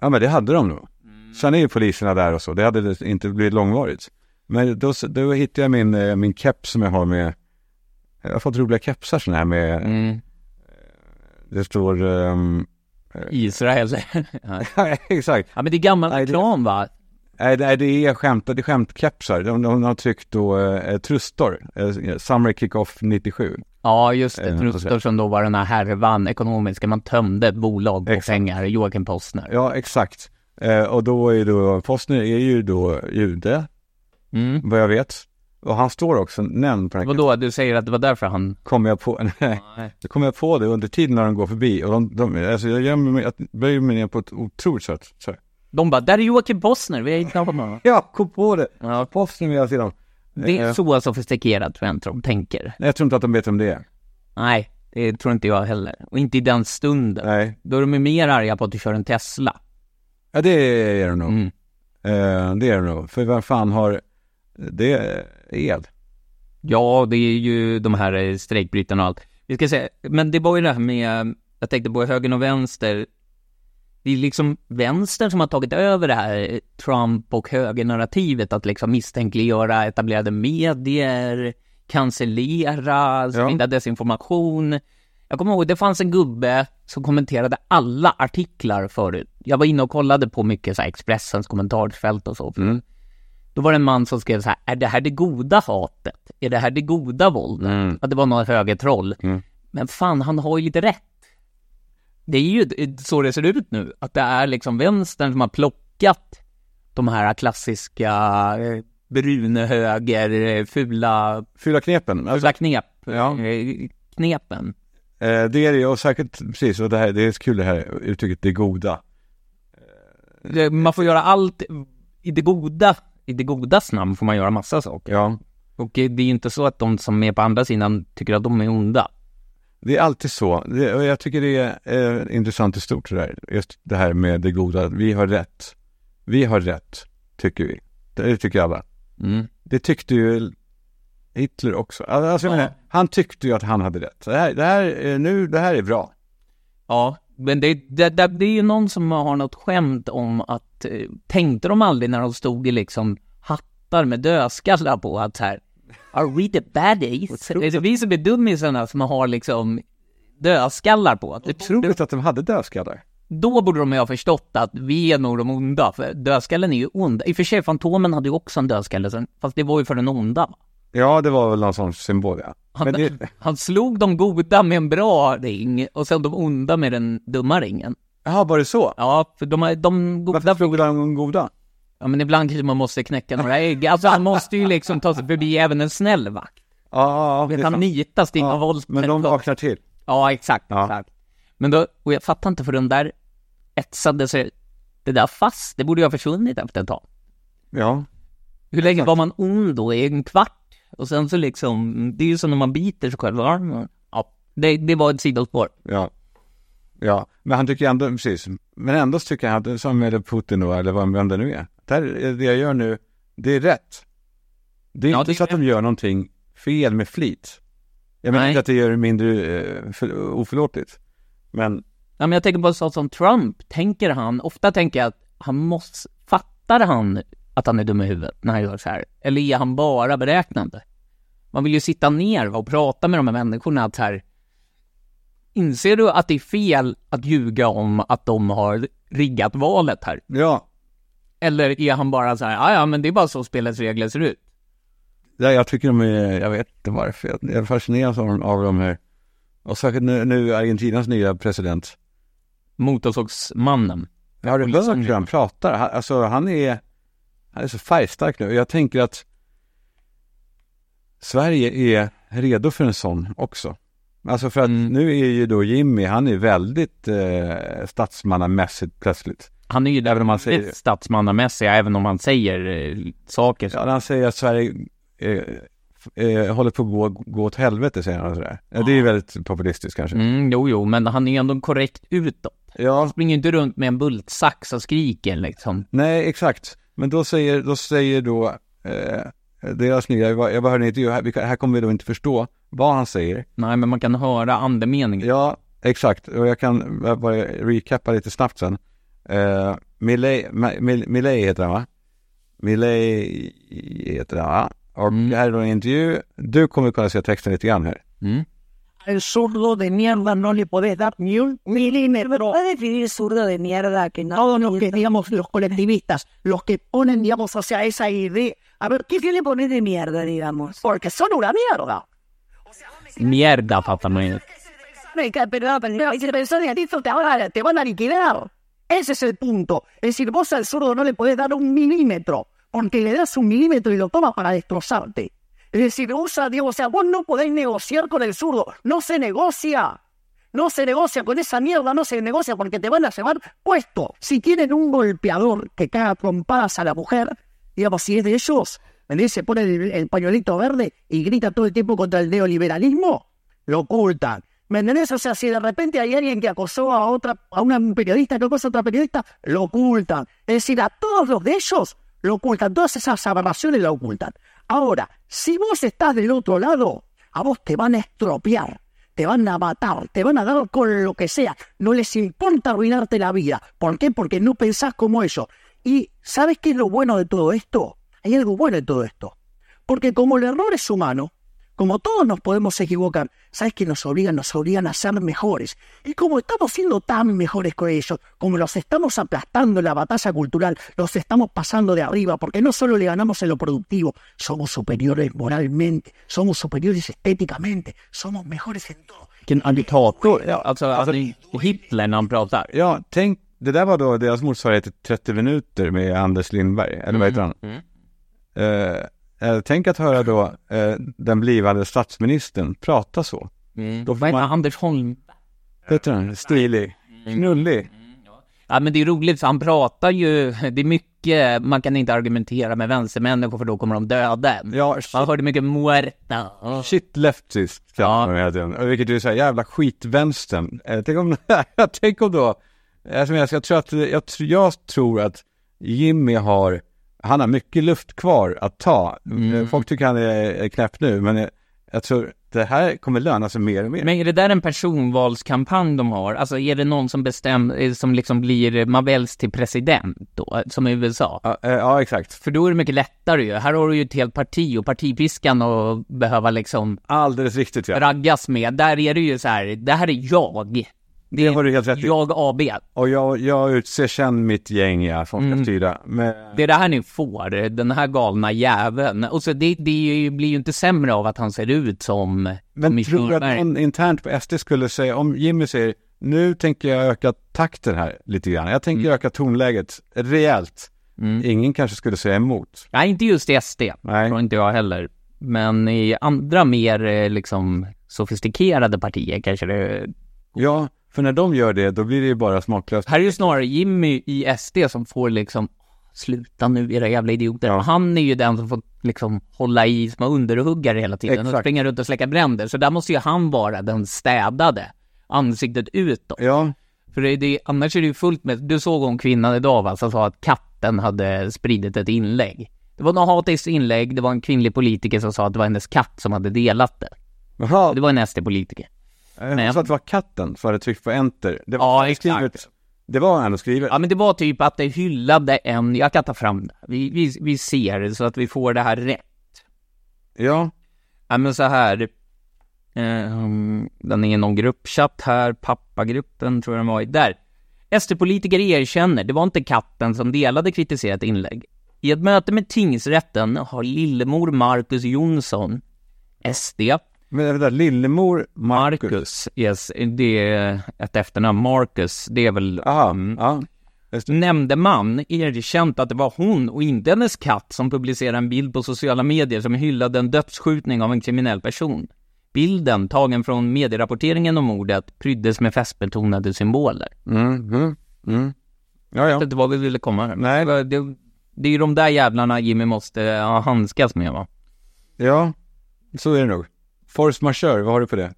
[SPEAKER 1] Ja men det hade de nog.
[SPEAKER 2] Mm.
[SPEAKER 1] Sen är ju poliserna där och så. Det hade det inte blivit långvarigt. Men då, då hittade jag min, eh, min keps som jag har med. Jag har fått roliga kepsar sådana här med.
[SPEAKER 2] Mm.
[SPEAKER 1] Det står... ehm,
[SPEAKER 2] Israel.
[SPEAKER 1] exakt.
[SPEAKER 2] ja men det är gammal
[SPEAKER 1] Nej, det-
[SPEAKER 2] reklam va?
[SPEAKER 1] Nej, det, nej, det är skämt, det är skämtkepsar. De, de har tryckt då eh, trustor. Eh, Summer Kick-Off 97.
[SPEAKER 2] Ja just
[SPEAKER 1] Eh,
[SPEAKER 2] det, Trustor som då var den här härvan, ekonomiska, man tömde ett bolag på pengar, Joakim Postner.
[SPEAKER 1] Ja, exakt. Eh, och då är ju då, Postner är ju då jude,
[SPEAKER 2] Mm.
[SPEAKER 1] vad jag vet. Och han står också nämnd på den här
[SPEAKER 2] Vadå, du säger att det var därför han...
[SPEAKER 1] Kommer jag på, nej,
[SPEAKER 2] Nej.
[SPEAKER 1] då kommer jag på det under tiden när de går förbi. Och de, de, alltså jag gömmer mig, jag böjer mig ner på ett otroligt sätt. Så. här.
[SPEAKER 2] De bara, där är Joakim Postner, vi har hittat honom.
[SPEAKER 1] Ja, kom på det.
[SPEAKER 2] Ja,
[SPEAKER 1] Postner hela tiden.
[SPEAKER 2] Det är
[SPEAKER 1] Eh,
[SPEAKER 2] så sofistikerat tror jag inte de tänker.
[SPEAKER 1] nej, jag tror inte att de vet vem det är.
[SPEAKER 2] Nej, det tror inte jag heller. Och inte i den stunden.
[SPEAKER 1] Nej,
[SPEAKER 2] Då är de ju mer arga på att du kör en Tesla.
[SPEAKER 1] Ja, det är det nog.
[SPEAKER 2] Mm.
[SPEAKER 1] Eh, det är det nog. För vem fan har det är el?
[SPEAKER 2] Ja, det är ju de här eh, strejkbrytarna och allt. Vi ska säga, men det var ju det här med, jag tänkte på höger och vänster. Det är liksom vänstern som har tagit över det här eh, Trump och högernarrativet att liksom misstänkliggöra etablerade medier, cancellera, sprida desinformation. Jag kommer ihåg, det fanns en gubbe som kommenterade alla artiklar förut. Jag var inne och kollade på mycket så här Expressens kommentarsfält och så.
[SPEAKER 1] Mm.
[SPEAKER 2] Då var det en man som skrev så här, är det här det goda hatet? Är det här det goda våldet? Att det var någon högertroll.
[SPEAKER 1] Mm.
[SPEAKER 2] Men fan, han har ju lite rätt. Det är ju d- så det ser ut nu, att det är liksom vänstern som har plockat de här klassiska eh, brunhöger, eh, fula,
[SPEAKER 1] Fylla knepen. Alltså,
[SPEAKER 2] fula knep,
[SPEAKER 1] Ja.
[SPEAKER 2] eh, knepen.
[SPEAKER 1] Eh, det är det, och säkert, precis, och det här, det är så kul det här uttrycket det goda.
[SPEAKER 2] Det- Man får göra allt i det goda, i det godas namn får man göra massa saker.
[SPEAKER 1] Ja.
[SPEAKER 2] Och eh, det är inte så att de som är på andra sidan tycker att de är onda.
[SPEAKER 1] Det är alltid så. Det, och jag tycker det är eh, intressant i stort det där. Just det här med det goda, att vi har rätt. Vi har rätt, tycker vi. Det, det tycker alla.
[SPEAKER 2] Mm.
[SPEAKER 1] Det tyckte ju Hitler också. Alltså, jag
[SPEAKER 2] Ja.
[SPEAKER 1] menar, han tyckte ju att han hade rätt. Det här, det här, eh, nu, det här är bra.
[SPEAKER 2] Ja, men det, det, det, det är ju någon som har något skämt om att eh, tänkte de aldrig när de stod i liksom hattar med dödskallar på att så här Are we the baddies? Det är vi som är dummisarna som har liksom dödskallar på. Det tror
[SPEAKER 1] Otroligt att de hade dödskallar.
[SPEAKER 2] Då borde de ju ha förstått att vi är nog de onda, för dödskallen är ju ond. I och för sig, Fantomen hade ju också en dödskalle, sen, fast det var ju för den onda. va?
[SPEAKER 1] Ja, det var väl någon sån symbol, ja.
[SPEAKER 2] Han,
[SPEAKER 1] Men det,
[SPEAKER 2] han slog de goda med en bra ring och sen de onda med den dumma ringen.
[SPEAKER 1] jaha, var det så?
[SPEAKER 2] Ja, för de, har- de goda...
[SPEAKER 1] Varför slog han de goda?
[SPEAKER 2] Ja, men ibland kanske man måste knäcka några ägg. Alltså, han måste ju liksom ta sig förbi även en snäll vakt.
[SPEAKER 1] Ja, ja,
[SPEAKER 2] Vet,
[SPEAKER 1] det är
[SPEAKER 2] han
[SPEAKER 1] sant.
[SPEAKER 2] nitas till innan
[SPEAKER 1] ja
[SPEAKER 2] våld.
[SPEAKER 1] men de vaknar till.
[SPEAKER 2] Ja, exakt,
[SPEAKER 1] Ja.
[SPEAKER 2] exakt. Men då, och jag fattar inte för den där etsade sig, det där fast, det borde ju ha försvunnit efter ett tag.
[SPEAKER 1] Ja,
[SPEAKER 2] Hur länge var man ond då? I en kvart? Och sen så liksom, det är ju som när man biter sig själv. Ja, det, det var ett sidospår.
[SPEAKER 1] Ja. Ja, men han tycker ändå, precis. Men ändå så tycker han, att- som med Putin då, eller vad- vem det nu är. Det, här, är det jag gör nu, det är rätt. Det är
[SPEAKER 2] Ja,
[SPEAKER 1] inte
[SPEAKER 2] det är
[SPEAKER 1] så att de gör någonting fel med flit. Jag menar
[SPEAKER 2] Nej.
[SPEAKER 1] inte att det gör det mindre eh, för, oförlåtligt. Men
[SPEAKER 2] Ja, men jag tänker på sånt som Trump. Tänker han, ofta tänker jag att han måste, fattar han att han är dum i huvudet när han gör så här? Eller är han bara beräknande? Man vill ju sitta ner va, och prata med de här människorna att så här, inser du att det är fel att ljuga om att de har riggat valet här?
[SPEAKER 1] ja,
[SPEAKER 2] Eller är han bara så här, "Ah, "Ja, ja men det är bara så spelets regler ser ut?
[SPEAKER 1] ja, jag tycker de är, jag vet inte varför, jag- jag fascineras av, dem- av de här. Och särskilt nu, nu Argentinas nya president.
[SPEAKER 2] Motorsågsmannen.
[SPEAKER 1] Jag har du hört
[SPEAKER 2] Liksom-
[SPEAKER 1] hur han pratar? Han, alltså han är, han är så färgstark nu. Jag tänker att Sverige är redo för en sån också. Alltså för att
[SPEAKER 2] Mm.
[SPEAKER 1] nu är ju då Jimmy, han är väldigt eh, statsmannamässigt plötsligt.
[SPEAKER 2] Han är ju
[SPEAKER 1] Även om han säger
[SPEAKER 2] väldigt statsmannamässig, även om han säger eh, saker.
[SPEAKER 1] Ja, när han säger att Sverige eh, f- eh, håller på att gå, gå åt helvete, säger han och sådär. Ja, det är ju väldigt populistiskt kanske.
[SPEAKER 2] Mm, jo, jo, men han är ändå korrekt utåt.
[SPEAKER 1] Ja,
[SPEAKER 2] springer inte runt med en bultsax och skriker liksom.
[SPEAKER 1] nej exakt. Men då säger, då säger då eh, deras nya, jag bara- jag bara hörde en intervju, här, vi kan- här kommer vi då inte förstå vad han säger.
[SPEAKER 2] Nej, men man kan höra andemeningen.
[SPEAKER 1] Ja, exakt. Och jag kan bara recappa lite snabbt sen. Uh, Milley, Ma- Mill- Milley heter han va? Milley heter han va? Och det här är då en intervju. Du kommer kunna se texten lite grann här.
[SPEAKER 2] Mm.
[SPEAKER 3] El zurdo de mierda no le podés dar ni un milímetro.
[SPEAKER 4] a definir zurdo de mierda que no?
[SPEAKER 3] Todos los que, digamos, los colectivistas, los que ponen, digamos, hacia esa idea. A ver, ¿qué
[SPEAKER 4] ¿Qué le pones de mierda, digamos?
[SPEAKER 3] Porque son una mierda.
[SPEAKER 2] Mierda fattar man ju.
[SPEAKER 3] Me ca- Pero, pero, pero, si pensás negativo, te, van a- te van a liquidar. Ese es el punto. Es decir, vos al zurdo no le podés dar un milímetro, porque le das un milímetro y lo tomas para destrozarte. Es decir, usa, digo, o sea, vos no podés negociar con el zurdo. No se negocia. No se negocia con esa mierda, no se negocia porque te van a llevar puesto. Si tienen un golpeador que caga trompadas a la mujer, digamos, si es de ellos, ¿entendés? se pone el, el pañuelito verde y grita todo el tiempo contra el neoliberalismo, lo ocultan. ¿Me entendés? O sea, si de repente hay alguien que acosó a otra, a una periodista que acosa a otra periodista, lo ocultan. Es decir, a todos los de ellos lo ocultan, todas esas aberraciones lo ocultan. Ahora, si vos estás del otro lado, a vos te van a estropear te van a matar, te van a dar con lo que sea. No les importa arruinarte la vida. ¿Por qué? Porque no pensás como ellos. ¿Y sabes qué es lo bueno de todo esto? Hay algo bueno en todo esto. Porque como el error es humano, como todos nos podemos equivocar, ¿sabes qué nos obligan? Nos obligan a ser mejores. Y como estamos siendo tan mejores que ellos, como los estamos aplastando en la batalla cultural, los estamos pasando de arriba, porque no solo le ganamos en lo productivo, somos superiores moralmente, somos superiores estéticamente, somos mejores en todo.
[SPEAKER 2] Vilken agitator. Alltså, alltså Hitler när han pratar.
[SPEAKER 1] Ja, tänk, det där var då deras motsvarighet till 30 minuter med Anders Lindberg, eller vad heter han? Eh, eh, tänk att höra då eh, den blivande statsministern prata så. Då
[SPEAKER 2] Vad
[SPEAKER 1] får
[SPEAKER 2] heter
[SPEAKER 1] man,
[SPEAKER 2] han? Anders Holm?
[SPEAKER 1] vet du, den? stilig, knullig.
[SPEAKER 2] Ja men det är roligt för han pratar ju, det är mycket, man kan inte argumentera med vänstermänniskor för då kommer de döda en.
[SPEAKER 1] Ja,
[SPEAKER 2] Man hörde mycket muerta.
[SPEAKER 1] Shit leftist
[SPEAKER 2] Ja.
[SPEAKER 1] kallar man det hela tiden. Och Vilket är såhär jävla skitvänstern. Eh, Tänk om, jag tänk om då, eh, som jag, jag, tror att, jag, tr- jag tror att Jimmy har, han har mycket luft kvar att ta.
[SPEAKER 2] Mm.
[SPEAKER 1] Eh, Folk tycker han är är knäpp nu, men eh, jag tror det här kommer löna sig mer och mer.
[SPEAKER 2] Men är det där en personvalskampanj de har? Alltså är det någon som bestämmer, som liksom blir, man väljs till president då, som i USA?
[SPEAKER 1] Ja, eh, ja, exakt.
[SPEAKER 2] För då är det mycket lättare ju. Här har du ju ett helt parti och partipiskan och behöva liksom
[SPEAKER 1] Alldeles riktigt ja.
[SPEAKER 2] raggas med. Där är det ju så här, det här är jag.
[SPEAKER 1] Det har du helt rätt i.
[SPEAKER 2] Jag AB.
[SPEAKER 1] Och jag, jag utser sen mitt gäng ja, som
[SPEAKER 2] Mm.
[SPEAKER 1] ska styra. Men,
[SPEAKER 2] Det är det här ni får, den här galna jäveln. Och så det, det är ju- blir ju inte sämre av att han ser ut som...
[SPEAKER 1] Men
[SPEAKER 2] som
[SPEAKER 1] tror du att
[SPEAKER 2] Schulberg.
[SPEAKER 1] någon internt på SD skulle säga, om Jimmy säger nu tänker jag öka takten här lite grann, jag
[SPEAKER 2] Mm.
[SPEAKER 1] tänker öka tonläget rejält. Ingen kanske skulle säga emot.
[SPEAKER 2] Nej, inte just i SD.
[SPEAKER 1] Nej.
[SPEAKER 2] Tror inte jag heller. Men i andra mer eh, liksom sofistikerade partier kanske det...
[SPEAKER 1] Ja, för när de gör det, då blir det ju bara smaklöst.
[SPEAKER 2] Här är ju snarare Jimmy i SD som får liksom Sluta nu era jävla idioter.
[SPEAKER 1] Ja.
[SPEAKER 2] Han är ju den som får liksom hålla i små underhuggare hela tiden och
[SPEAKER 1] Exakt.
[SPEAKER 2] springa runt och släcka bränder. Så där måste ju han vara den städade. Ansiktet utåt.
[SPEAKER 1] Ja,
[SPEAKER 2] För det, det, annars är det ju fullt med, du såg om kvinnan idag va, som sa att katten hade spridit ett inlägg. Det var något hatiskt inlägg, det var en kvinnlig politiker som sa att det var hennes katt som hade delat det.
[SPEAKER 1] jaha,
[SPEAKER 2] Det var en SD-politiker.
[SPEAKER 1] jag sa att det var katten som hade tryckt på enter. Det var
[SPEAKER 2] Ja,
[SPEAKER 1] han
[SPEAKER 2] exakt.
[SPEAKER 1] skrivet. Det var han skrivet.
[SPEAKER 2] Ja men det var typ att det hyllade en, jag kan ta fram det. Vi, vi, vi ser det så att vi får det här rätt.
[SPEAKER 1] Ja,
[SPEAKER 2] Ja men så här. ehm, den är i någon gruppchatt här, pappagruppen tror jag den var i. Där. SD-politiker erkänner, det var inte katten som delade kritiserat inlägg. I ett möte med tingsrätten har lillemor Marcus Jonsson, SD,
[SPEAKER 1] men vänta, Lillemor Marcus.
[SPEAKER 2] Marcus, yes, det är ett efternamn, Marcus, det är väl
[SPEAKER 1] Aha, ja.
[SPEAKER 2] Nämndeman erkänt att det var hon och inte hennes katt som publicerade en bild på sociala medier som hyllade en dödsskjutning av en kriminell person. Bilden, tagen från medierapporteringen om mordet, pryddes med festbetonade symboler.
[SPEAKER 1] Mm, mm, mm. Ja, ja.
[SPEAKER 2] Det var vi ville komma. här.
[SPEAKER 1] Nej.
[SPEAKER 2] det, det, det är ju de där jävlarna Jimmy måste ja, handskas med va?
[SPEAKER 1] Ja, så är det nog. Force majeure, vad har du på det?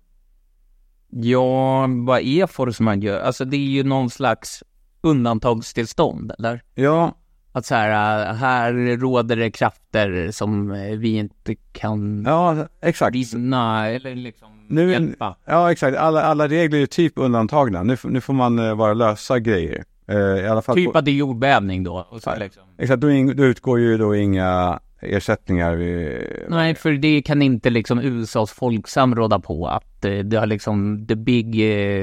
[SPEAKER 2] Ja, vad är force majeure? Alltså det är ju någon slags undantagstillstånd, eller?
[SPEAKER 1] Ja,
[SPEAKER 2] Att så här, äh, här råder det krafter som eh, vi inte kan
[SPEAKER 1] ja exakt.
[SPEAKER 2] vinna eller liksom
[SPEAKER 1] Nu är-
[SPEAKER 2] hjälpa.
[SPEAKER 1] Ja, exakt. Alla, alla regler är typ undantagna. Nu, f- nu får man eh, bara lösa grejer. Eh, I alla fall
[SPEAKER 2] Typ
[SPEAKER 1] på,
[SPEAKER 2] att det är jordbävning då. Och så
[SPEAKER 1] Nej.
[SPEAKER 2] liksom.
[SPEAKER 1] exakt, då, ing, då utgår ju då inga ersättningar. eh,
[SPEAKER 2] Nej, för det kan inte liksom USAs folksam råda på att eh, det har liksom the big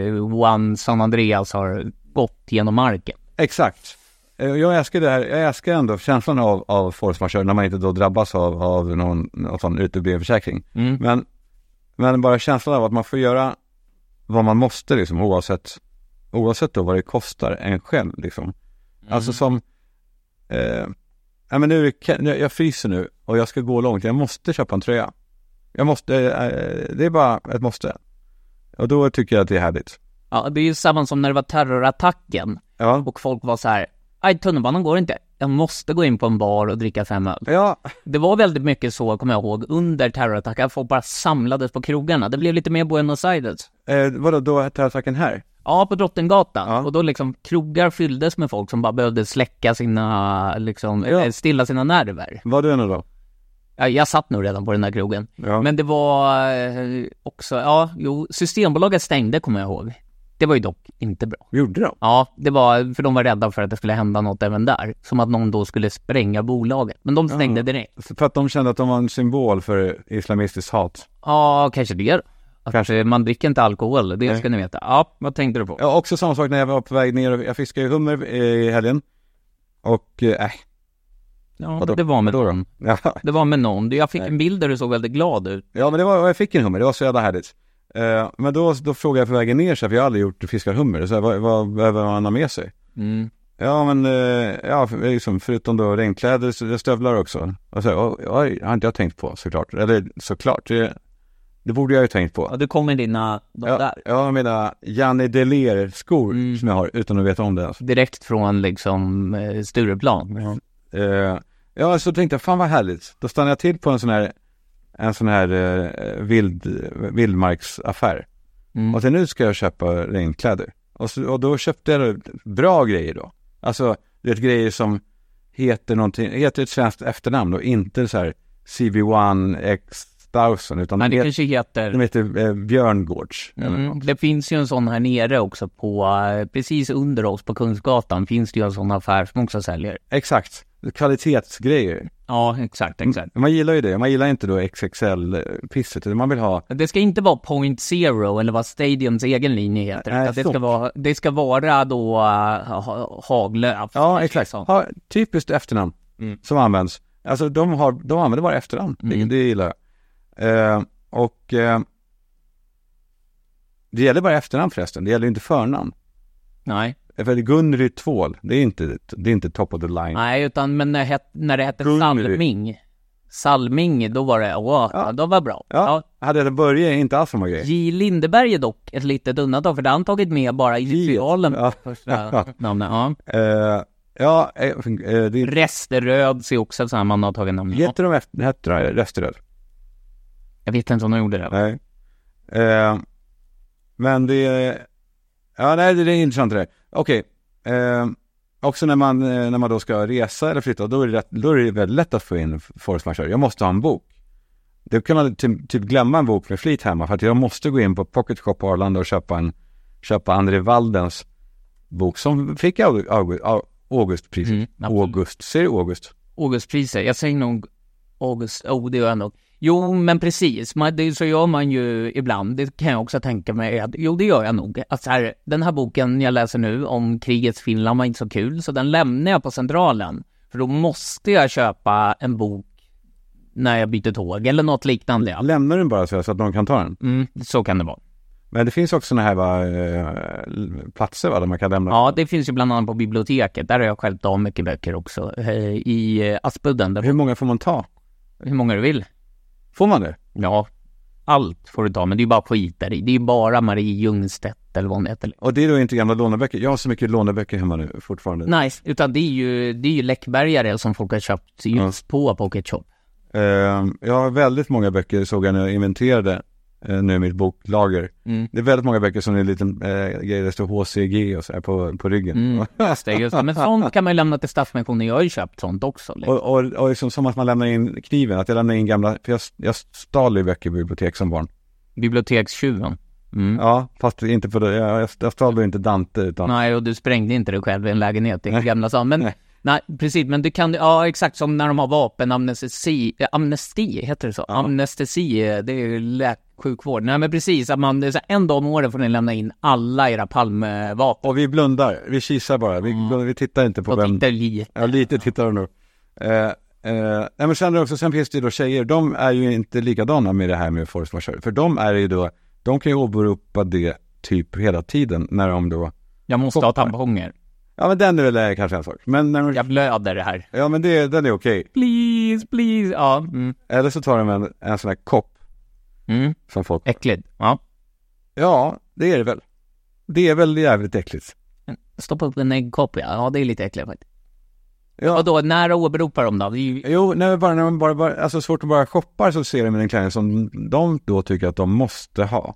[SPEAKER 2] eh, one San Andreas har gått genom marken.
[SPEAKER 1] Exakt. Eh, Jag älskar det här. Jag älskar ändå känslan av, av force majeure när man inte då drabbas av, av någon, någon sån utebliven försäkring. Men, men bara känslan av att man får göra vad man måste liksom oavsett, oavsett då vad det kostar en själv liksom. Alltså som, eh, ja men nu, är det ka- nu, jag fryser nu och jag ska gå långt. Jag måste köpa en tröja. Jag måste, eh, det är bara ett måste. Och då tycker jag att det är härligt.
[SPEAKER 2] Ja, det är ju samma som när det var terrorattacken
[SPEAKER 1] Ja.
[SPEAKER 2] och folk var så här, nej tunnelbanan går inte. Jag måste gå in på en bar och dricka fem öl.
[SPEAKER 1] Ja,
[SPEAKER 2] Det var väldigt mycket så, kommer jag ihåg, under terrorattacken. Folk bara samlades på krogarna. Det blev lite mer Buenos Aires.
[SPEAKER 1] eh, vadå, då hette attacken här?
[SPEAKER 2] Ja, på Drottninggatan.
[SPEAKER 1] Ja.
[SPEAKER 2] Och då liksom krogar fylldes med folk som bara behövde släcka sina, liksom, eller stilla sina nerver.
[SPEAKER 1] Var du en av dem?
[SPEAKER 2] Ja, Jag satt nog redan på den där krogen.
[SPEAKER 1] Ja.
[SPEAKER 2] Men det var eh, också, ja, jo, Systembolaget stängde kommer jag ihåg. Det var ju dock inte bra.
[SPEAKER 1] Gjorde de?
[SPEAKER 2] Ja, det var, för de var rädda för att det skulle hända något även där. Som att någon då skulle spränga bolaget. Men de stängde direkt.
[SPEAKER 1] Alltså, För att de kände att de var en symbol för islamistiskt hat.
[SPEAKER 2] Ja, kanske det. Att
[SPEAKER 1] Kanske.
[SPEAKER 2] Man dricker inte alkohol, det ska ni veta. Ja, vad tänkte du på?
[SPEAKER 1] Ja, också samma sak när jag var på väg ner. och- Jag fiskade ju hummer eh, i helgen. Och, eh, äh,
[SPEAKER 2] Ja,
[SPEAKER 1] Vadå?
[SPEAKER 2] det var med någon.
[SPEAKER 1] ja.
[SPEAKER 2] Det var med någon. Jag fick en bild där du såg väldigt glad ut.
[SPEAKER 1] ja, men det var, jag fick en hummer. Det var så jävla härligt. Eh, men då, då frågade jag på vägen ner, så här, för jag har aldrig gjort fiskar hummer. Så här, vad, vad behöver man ha med sig?
[SPEAKER 2] Mm.
[SPEAKER 1] Ja, men eh, ja, för- liksom, förutom då regnkläder, så det är stövlar också. Och så här, oj, oj, har inte jag tänkt på såklart. Eller såklart, det, Det borde jag ju tänkt
[SPEAKER 2] Ja,
[SPEAKER 1] på.
[SPEAKER 2] du kommer dina, de
[SPEAKER 1] Ja,
[SPEAKER 2] där.
[SPEAKER 1] jag menar Janne Deler-skor
[SPEAKER 2] Mm.
[SPEAKER 1] som jag har utan att veta om det ens.
[SPEAKER 2] Direkt från liksom eh, Stureplan.
[SPEAKER 1] Eh, ja, så tänkte jag, fan vad härligt. Då stannade jag till på en sån här, en sån här eh, vild, vildmarksaffär.
[SPEAKER 2] Mm.
[SPEAKER 1] Och sen nu ska jag köpa regnkläder. Och, så, och då köpte jag bra grejer då. Alltså, det är grejer som heter någonting, heter ett svenskt efternamn och inte så här CB1X1000 utan
[SPEAKER 2] Men
[SPEAKER 1] de heter,
[SPEAKER 2] det kanske heter...
[SPEAKER 1] de heter eh, Björngårds. eller
[SPEAKER 2] Mm.
[SPEAKER 1] något.
[SPEAKER 2] Det finns ju en sån här nere också på, eh, precis under oss på Kungsgatan finns det ju en sån affär som också säljer.
[SPEAKER 1] Exakt, kvalitetsgrejer.
[SPEAKER 2] Ja, exakt, exakt.
[SPEAKER 1] Man gillar ju det, man gillar inte då XXL-pisset, utan man vill ha
[SPEAKER 2] Det ska inte vara Point Zero eller vad Stadiums egen linje heter.
[SPEAKER 1] Nej,
[SPEAKER 2] utan det, ska
[SPEAKER 1] stopp.
[SPEAKER 2] vara, det ska vara då eh, ha, Haglöf.
[SPEAKER 1] Ja, exakt.
[SPEAKER 2] Sånt.
[SPEAKER 1] Ha, typiskt efternamn
[SPEAKER 2] Mm.
[SPEAKER 1] som används. Alltså de, har, de använder bara efternamn,
[SPEAKER 2] Mm.
[SPEAKER 1] det, det gillar jag. Eh, och eh, det gäller bara efternamn förresten, det gäller ju inte förnamn.
[SPEAKER 2] Nej.
[SPEAKER 1] För Gunry Tvål, det är inte, det är inte top of the line.
[SPEAKER 2] Nej, utan men när, het, när det hette
[SPEAKER 1] Gunnery.
[SPEAKER 2] Salming. Salming, då var det, åh,
[SPEAKER 1] Ja.
[SPEAKER 2] ja. de var bra.
[SPEAKER 1] Ja, hade det Börje är inte alls samma grej.
[SPEAKER 2] J. Lindeberg är dock ett litet undantag, för det har han tagit med bara initialen
[SPEAKER 1] Ja.
[SPEAKER 2] på första namnet. Ja.
[SPEAKER 1] Eh, ja, eh, eh, det
[SPEAKER 2] Resteröds är också ett sånt här man har tagit namn. Ja.
[SPEAKER 1] heter de efter, heter de Resteröd?
[SPEAKER 2] Jag vet inte om de gjorde det.
[SPEAKER 1] Nej. Eh, men det är... Ja, nej, det är intressant det där. Okej. Eh, också när man, eh, när man då ska resa eller flytta, då är det, rätt, då är det väldigt lätt att få in force majeure. Jag måste ha en bok. Då kan man ty- typ glömma en bok med flit hemma för att jag måste gå in på Pocket Shop på Arlanda och köpa en köpa André Waldens bok som fick August, August, Augustpriset.
[SPEAKER 2] Mm, absolut.
[SPEAKER 1] August, ser du August?
[SPEAKER 2] Augustpriser, jag säger nog August, oh det gör jag nog. Jo men precis, man, det, så gör man ju ibland, det kan jag också tänka mig att, jo det gör jag nog. Att så här, den här boken jag läser nu om krigets Finland var inte så kul, så den lämnar jag på centralen. För då måste jag köpa en bok när jag byter tåg eller något liknande. ja.
[SPEAKER 1] Lämnar den bara så här så att någon kan ta den.
[SPEAKER 2] Mm, så kan det vara.
[SPEAKER 1] Men det finns också såna här va, eh, platser va, där man kan lämna
[SPEAKER 2] Ja, det finns ju bland annat på biblioteket. Där har jag själv av mycket böcker också. Eh, I eh, Aspudden, där,
[SPEAKER 1] Hur många får man ta?
[SPEAKER 2] hur många du vill.
[SPEAKER 1] Får man det?
[SPEAKER 2] Ja, allt får du ta, men det är ju bara skit där i. Det är ju bara Marie Ljungstedt eller vad hon heter.
[SPEAKER 1] Och det är då inte gamla låneböcker? Jag har så mycket låneböcker hemma nu fortfarande.
[SPEAKER 2] Nice. Utan det är ju, det är ju Läckbergare som folk har köpt just på Pocket Shop.
[SPEAKER 1] Ehm, jag har väldigt många böcker såg jag när jag inventerade eh, nu i mitt boklager.
[SPEAKER 2] Mm.
[SPEAKER 1] Det är väldigt många böcker som är en liten eh, grej där det står HCG och så här på, på ryggen.
[SPEAKER 2] Mm, just det, just det. Men sånt kan man ju lämna till Stadsmissionen. Jag har ju köpt sånt också. liksom.
[SPEAKER 1] Och, och, och liksom som att man lämnar in kniven, att jag lämnar in gamla, för jag, jag stal ju böcker i bibliotek som barn.
[SPEAKER 2] Bibliotekstjuven. Mm.
[SPEAKER 1] Ja, fast inte på det, jag, jag- jag stal ju inte Dante utan
[SPEAKER 2] Nej, och du sprängde inte dig själv i en lägenhet i Gamla stan. Men, nej. precis. Men du kan, ja exakt som när de har vapenamnesti, eh, amnesti, heter det så? Amnestesi, eh, det är ju läksjukvård. Nej men precis, att man, det är så här, en dag om året får ni lämna in alla era Palmevapen.
[SPEAKER 1] Och vi blundar, vi kisar bara, vi, vi Mm. tittar inte på
[SPEAKER 2] Och
[SPEAKER 1] vem,
[SPEAKER 2] inte li.
[SPEAKER 1] Ja, lite tittar de nog. Eh, eh, nej, men sen, är det också, sen finns det ju då tjejer, de är ju inte likadana med det här med force majeure. För de är ju då, de kan ju åberopa det typ hela tiden när de då,
[SPEAKER 2] Jag måste ha tamponger.
[SPEAKER 1] ja men den är väl eh, kanske en sak. Men när de, ja.
[SPEAKER 2] Jag blöder här.
[SPEAKER 1] men det, den är okej.
[SPEAKER 2] Please, please. Ja, mm.
[SPEAKER 1] Eller så tar de en, en sån här kopp
[SPEAKER 2] Mm.
[SPEAKER 1] som folk,
[SPEAKER 2] äckligt. Ja.
[SPEAKER 1] ja det är det väl. Det är väl jävligt äckligt.
[SPEAKER 2] Stoppa upp en äggkopp ja. ja, det är lite äckligt faktiskt.
[SPEAKER 1] Ja.
[SPEAKER 2] Och då, när åberopar de då? Det är ju
[SPEAKER 1] Jo, nej, men bara när man bara, bara, alltså svårt att bara shoppar så ser de en klänning som de då tycker att de måste ha.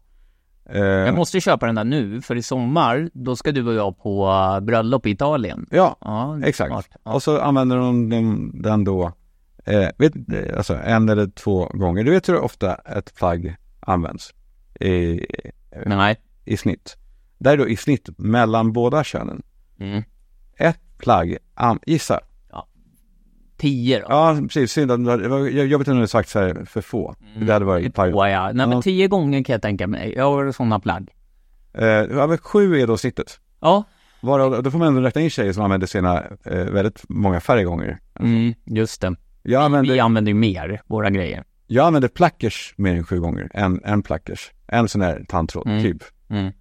[SPEAKER 1] Eh,
[SPEAKER 2] Jag måste köpa den där nu, för i sommar, då ska du och jag på eh, bröllop i Italien.
[SPEAKER 1] ja,
[SPEAKER 2] Ja, det är
[SPEAKER 1] Exakt.
[SPEAKER 2] smart. Ja.
[SPEAKER 1] Och så använder de den, den då, eh, vet, eh, alltså en eller två gånger. Du vet hur ofta ett plagg används i,
[SPEAKER 2] Nej.
[SPEAKER 1] i snitt. Där är då i snitt mellan båda könen.
[SPEAKER 2] Mm.
[SPEAKER 1] Ett plagg, an, gissa.
[SPEAKER 2] Tio då?
[SPEAKER 1] Ja, precis. Synd att det var jag- jobbigt om du hade sagt så här för få. Det hade varit plagg.
[SPEAKER 2] Två, ja. Nej,
[SPEAKER 1] Ja.
[SPEAKER 2] men tio gånger kan jag tänka mig. Jag har sådana plagg.
[SPEAKER 1] Eh, ja, men sju är då snittet.
[SPEAKER 2] Ja,
[SPEAKER 1] Varav, då får man ändå räkna in tjejer som använder sina eh, väldigt många färre gånger.
[SPEAKER 2] mm, just det.
[SPEAKER 1] Jag använder,
[SPEAKER 2] Vi använder ju mer, våra grejer.
[SPEAKER 1] jag använder plackers mer än sju gånger. En, en plackers. En sån här tandtråd,
[SPEAKER 2] Mm.
[SPEAKER 1] typ.
[SPEAKER 2] Mm.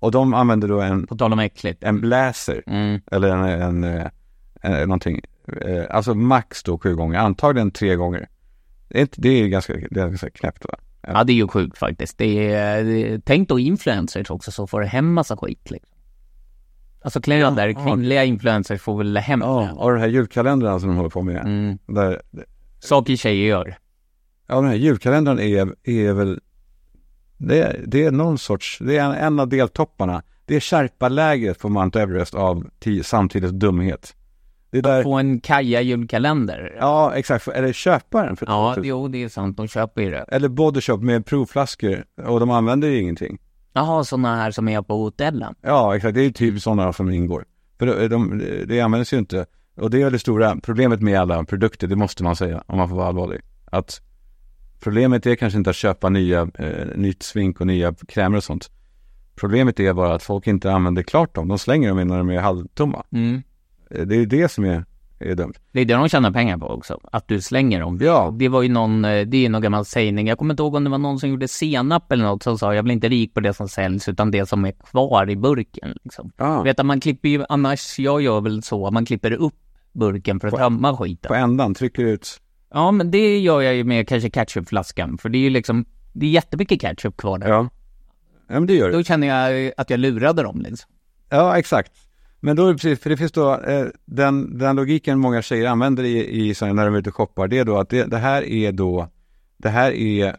[SPEAKER 1] Och de använder då en,
[SPEAKER 2] På tal om äckligt.
[SPEAKER 1] en blazer
[SPEAKER 2] Mm.
[SPEAKER 1] eller en, en, eh, en, någonting. Eh, Alltså max då sju gånger, antagligen tre gånger. Det är, inte, det är ganska, det är ganska knäppt va?
[SPEAKER 2] Ja, det är ju sjukt faktiskt. Det är, det, tänk då influencers också som får hem massa skit liksom. Alltså kläder,
[SPEAKER 1] ja.
[SPEAKER 2] kvinnliga influencers får väl hem
[SPEAKER 1] Ja, och den här julkalendern som de håller på med.
[SPEAKER 2] mm.
[SPEAKER 1] Där,
[SPEAKER 2] Saker tjejer gör.
[SPEAKER 1] ja, den här julkalendern är, är väl... Det är, det är någon sorts... Det är en, en av deltopparna. Det är Sherpa-lägret på Mount Everest av ti- samtidens dumhet. Det är där...
[SPEAKER 2] Få en Kaja julkalender.
[SPEAKER 1] Ja, exakt. Eller köpa den för
[SPEAKER 2] Ja, det, jo, det är sant. De köper ju det.
[SPEAKER 1] Eller Body Shop med provflaskor och de använder ju ingenting.
[SPEAKER 2] Jaha, sådana här som är på hotellen.
[SPEAKER 1] Ja, exakt. Det är typ sådana som ingår. För de, de, det används ju inte. Och det är det stora problemet med alla produkter, det måste man säga om man får vara allvarlig. Att problemet är kanske inte att köpa nya, eh, nytt smink och nya krämer och sånt. Problemet är bara att folk inte använder klart dem. De slänger dem innan de är halvtomma.
[SPEAKER 2] Mm.
[SPEAKER 1] Eh, Det är det som är, är dumt.
[SPEAKER 2] Det är det de tjänar pengar på också, att du slänger dem.
[SPEAKER 1] Ja.
[SPEAKER 2] Det var ju någon, eh, det är ju någon gammal sägning. Jag kommer inte ihåg om det var någon som gjorde senap eller något som sa jag blir inte rik på det som säljs utan det som är kvar i burken liksom.
[SPEAKER 1] Ah.
[SPEAKER 2] Vet att man klipper ju, annars, jag gör väl så, man klipper upp burken för att tömma skiten.
[SPEAKER 1] På ändan, trycker ut.
[SPEAKER 2] Ja men det gör jag ju med kanske ketchupflaskan för det är ju liksom, det är jättemycket ketchup kvar där.
[SPEAKER 1] Ja. Ja, men det gör det.
[SPEAKER 2] Då känner jag att jag lurade dem liksom.
[SPEAKER 1] Ja, exakt. Men då är det precis, för det finns då eh, den, den logiken många tjejer använder i, i så här, när de är ute och shoppar, det är då att det, det här är då, det här är,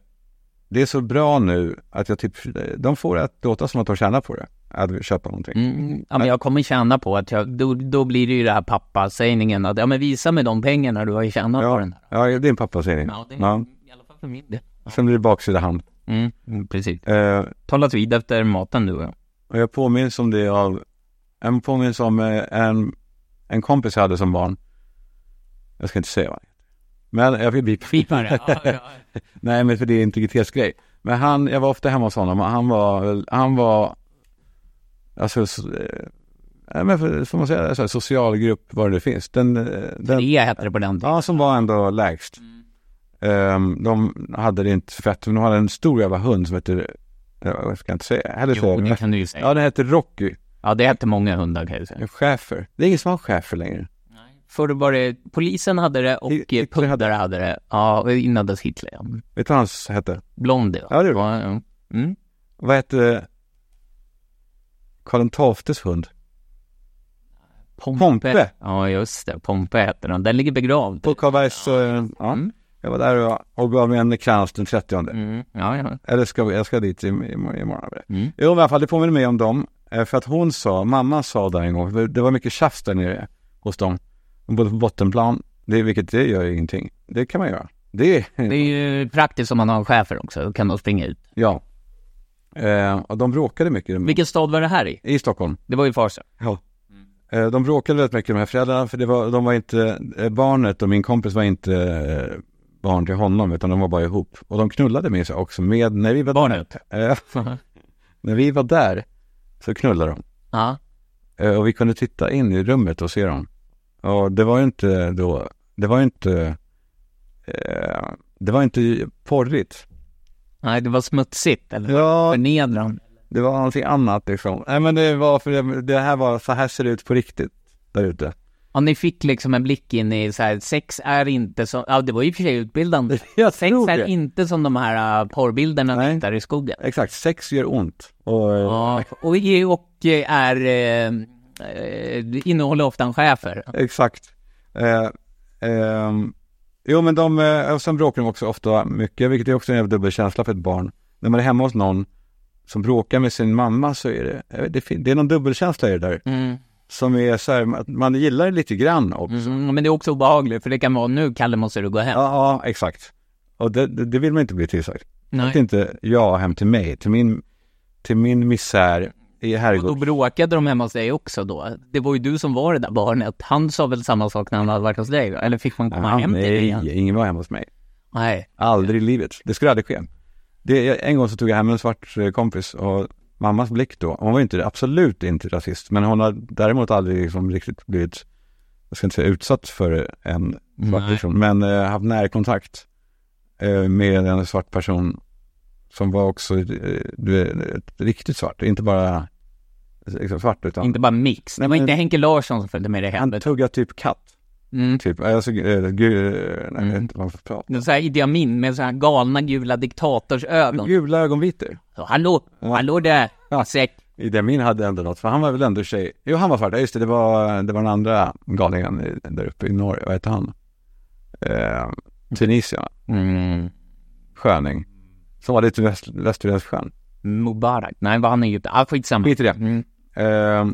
[SPEAKER 1] det är så bra nu att jag typ, de får det att låta som att de tjänar på det, att köpa någonting.
[SPEAKER 2] Mm, ja, men jag kommer tjäna på att jag, då, då blir det ju det här pappasägningen att ja men visa mig de pengarna du har tjänat på den
[SPEAKER 1] Ja,
[SPEAKER 2] här.
[SPEAKER 1] ja, din pappa säger det.
[SPEAKER 2] Ja, det är
[SPEAKER 1] Ja.
[SPEAKER 2] i alla fall för min del.
[SPEAKER 1] Sen blir det baksida hand.
[SPEAKER 2] Mm, mm, precis.
[SPEAKER 1] Eh,
[SPEAKER 2] Talas vid efter maten du och jag.
[SPEAKER 1] Och jag påminns om det av, jag påminns om eh, en, en kompis jag hade som barn. Jag ska inte säga vad han heter. Men jag vill bli
[SPEAKER 2] Pipare. Ja, ja, ja.
[SPEAKER 1] Nej, men för det är integritetsgrej. Men han, jag var ofta hemma hos honom och han var, väl- han var, alltså, så, eh, nej, men för, får man säga det, så här, socialgrupp, vad det nu finns. Den, eh, den
[SPEAKER 2] Tre hette det på den tiden.
[SPEAKER 1] ja, som var ändå lägst.
[SPEAKER 2] Mm.
[SPEAKER 1] Ehm, de hade det inte så fett, men de hade en stor jävla hund som hette, jag ska inte säga, heller
[SPEAKER 2] Jo, det
[SPEAKER 1] säga.
[SPEAKER 2] kan du ju säga.
[SPEAKER 1] Ja, den hette Rocky,
[SPEAKER 2] Ja, det hette många hundar kan jag säga.
[SPEAKER 1] en schäfer. Det är ingen som har schäfer längre.
[SPEAKER 2] Förr var det, polisen hade det och
[SPEAKER 1] Hitler
[SPEAKER 2] eh, pundare hade det. Ja, och innan dess Hitler ja.
[SPEAKER 1] Vet du vad hans hette?
[SPEAKER 2] Blondie va?
[SPEAKER 1] Ja, det
[SPEAKER 2] var ja. mm.
[SPEAKER 1] Vad hette Karl XIIs hund?
[SPEAKER 2] Pompe.
[SPEAKER 1] Pompe.
[SPEAKER 2] Ja, just det. Pompe hette den. Den ligger begravd.
[SPEAKER 1] På Karlbergs, eh, ja.
[SPEAKER 2] Mm.
[SPEAKER 1] Jag var där och, och gav mig en krans den 30
[SPEAKER 2] Mm. Ja, ja.
[SPEAKER 1] Eller ska vi, jag ska dit i, i, imorgon.
[SPEAKER 2] Mm.
[SPEAKER 1] Jo, men i alla fall, det påminner mig om dem. eh, För att hon sa, mamma sa där en gång, för det var mycket tjafs där nere hos dem. De bodde på bottenplan, det, vilket det gör ju ingenting. Det kan man göra. Det,
[SPEAKER 2] Det är ju praktiskt om man har en chefer också. Då kan de springa ut.
[SPEAKER 1] ja. Eh, och de bråkade mycket de-
[SPEAKER 2] Vilken stad var det här i?
[SPEAKER 1] i Stockholm.
[SPEAKER 2] Det var ju Farsta.
[SPEAKER 1] Ja. Eh, De bråkade väldigt mycket de här föräldrarna för det var, de var inte, eh, barnet och min kompis var inte eh, barn till honom utan de var bara ihop. Och de knullade med sig också med, när vi var
[SPEAKER 2] Barnet?
[SPEAKER 1] Eh, när vi var där så knullade de.
[SPEAKER 2] Ja.
[SPEAKER 1] Eh, Och vi kunde titta in i rummet och se dem. Och det var ju inte då, det var ju inte, eh, det var inte porrigt.
[SPEAKER 2] Nej, det var smutsigt eller?
[SPEAKER 1] Ja,
[SPEAKER 2] Förnedrande.
[SPEAKER 1] det var någonting annat liksom. Nej men det var för det, det här var, så här ser det ut på riktigt där ute.
[SPEAKER 2] Ja, ni fick liksom en blick in i så här, sex är inte som, ja det var ju i och för sig utbildande.
[SPEAKER 1] Jag
[SPEAKER 2] Sex
[SPEAKER 1] tror
[SPEAKER 2] är
[SPEAKER 1] det.
[SPEAKER 2] inte som de här uh, porrbilderna ni
[SPEAKER 1] Nej.
[SPEAKER 2] hittar i skogen.
[SPEAKER 1] Exakt, sex gör ont. Och, eh,
[SPEAKER 2] Ja, och, och är, eh, eh, innehåller ofta en schäfer.
[SPEAKER 1] Exakt. Eh, ehm, jo, men de, eh, och sen bråkar de också ofta mycket, vilket är också en jävla dubbelkänsla för ett barn. När man är hemma hos någon som bråkar med sin mamma så är det, jag vet, det, fin- det är någon dubbelkänsla i det där.
[SPEAKER 2] Mm.
[SPEAKER 1] Som är så här, att man gillar det lite grann också.
[SPEAKER 2] Mm, men det är också obehagligt för det kan vara nu Kalle måste du gå hem.
[SPEAKER 1] Ja, ja, exakt. Och det, det, det vill man inte bli tillsagd. Att
[SPEAKER 2] Nej.
[SPEAKER 1] inte jag hem till mig, till min, till min misär i
[SPEAKER 2] Och då
[SPEAKER 1] herrgård.
[SPEAKER 2] bråkade de hemma hos dig också då. Det var ju du som var det där barnet. Han sa väl samma sak när han hade varit hos dig? va? Eller fick man komma
[SPEAKER 1] Ah,
[SPEAKER 2] hem till dig
[SPEAKER 1] nej,
[SPEAKER 2] igen?
[SPEAKER 1] ingen var hemma hos mig.
[SPEAKER 2] Nej.
[SPEAKER 1] Aldrig i livet. Det skulle aldrig ske. Det, jag- en gång så tog jag hem en svart eh, kompis och mammas blick då, hon var ju inte, absolut inte rasist, men hon har däremot aldrig liksom riktigt blivit, jag ska inte säga utsatt för en svart
[SPEAKER 2] Nej.
[SPEAKER 1] person, men eh, haft närkontakt eh, med en svart person som var också eh, du vet, riktigt svart, inte bara liksom, svart utan
[SPEAKER 2] Inte bara mix. Det
[SPEAKER 1] Nej,
[SPEAKER 2] var
[SPEAKER 1] men-
[SPEAKER 2] inte Henke Larsson som följde med dig hem.
[SPEAKER 1] han tuggade typ katt.
[SPEAKER 2] Mm.
[SPEAKER 1] Typ, alltså, eh, gu, eh, nej, jag vet inte vad man får prata.
[SPEAKER 2] Så här Idi Amin med så här galna gula diktatorsägon.
[SPEAKER 1] Gula ögonvitor.
[SPEAKER 2] Så, hallå, hallå där,
[SPEAKER 1] Ja.
[SPEAKER 2] säck.
[SPEAKER 1] I det min hade ändå något, för han var väl ändå tjej. Jo, han var farfar. Just det, det var, det var den andra galningen i- där uppe i Norge. Vad hette han? Eh, Tunisien, va?
[SPEAKER 2] Mm.
[SPEAKER 1] sköning. Som var lite väst, västerländsk skön.
[SPEAKER 2] Mubarak. Nej, var han i Egypten? Ah, skitsamma.
[SPEAKER 1] Skit i det.
[SPEAKER 2] Mm.
[SPEAKER 1] Eh,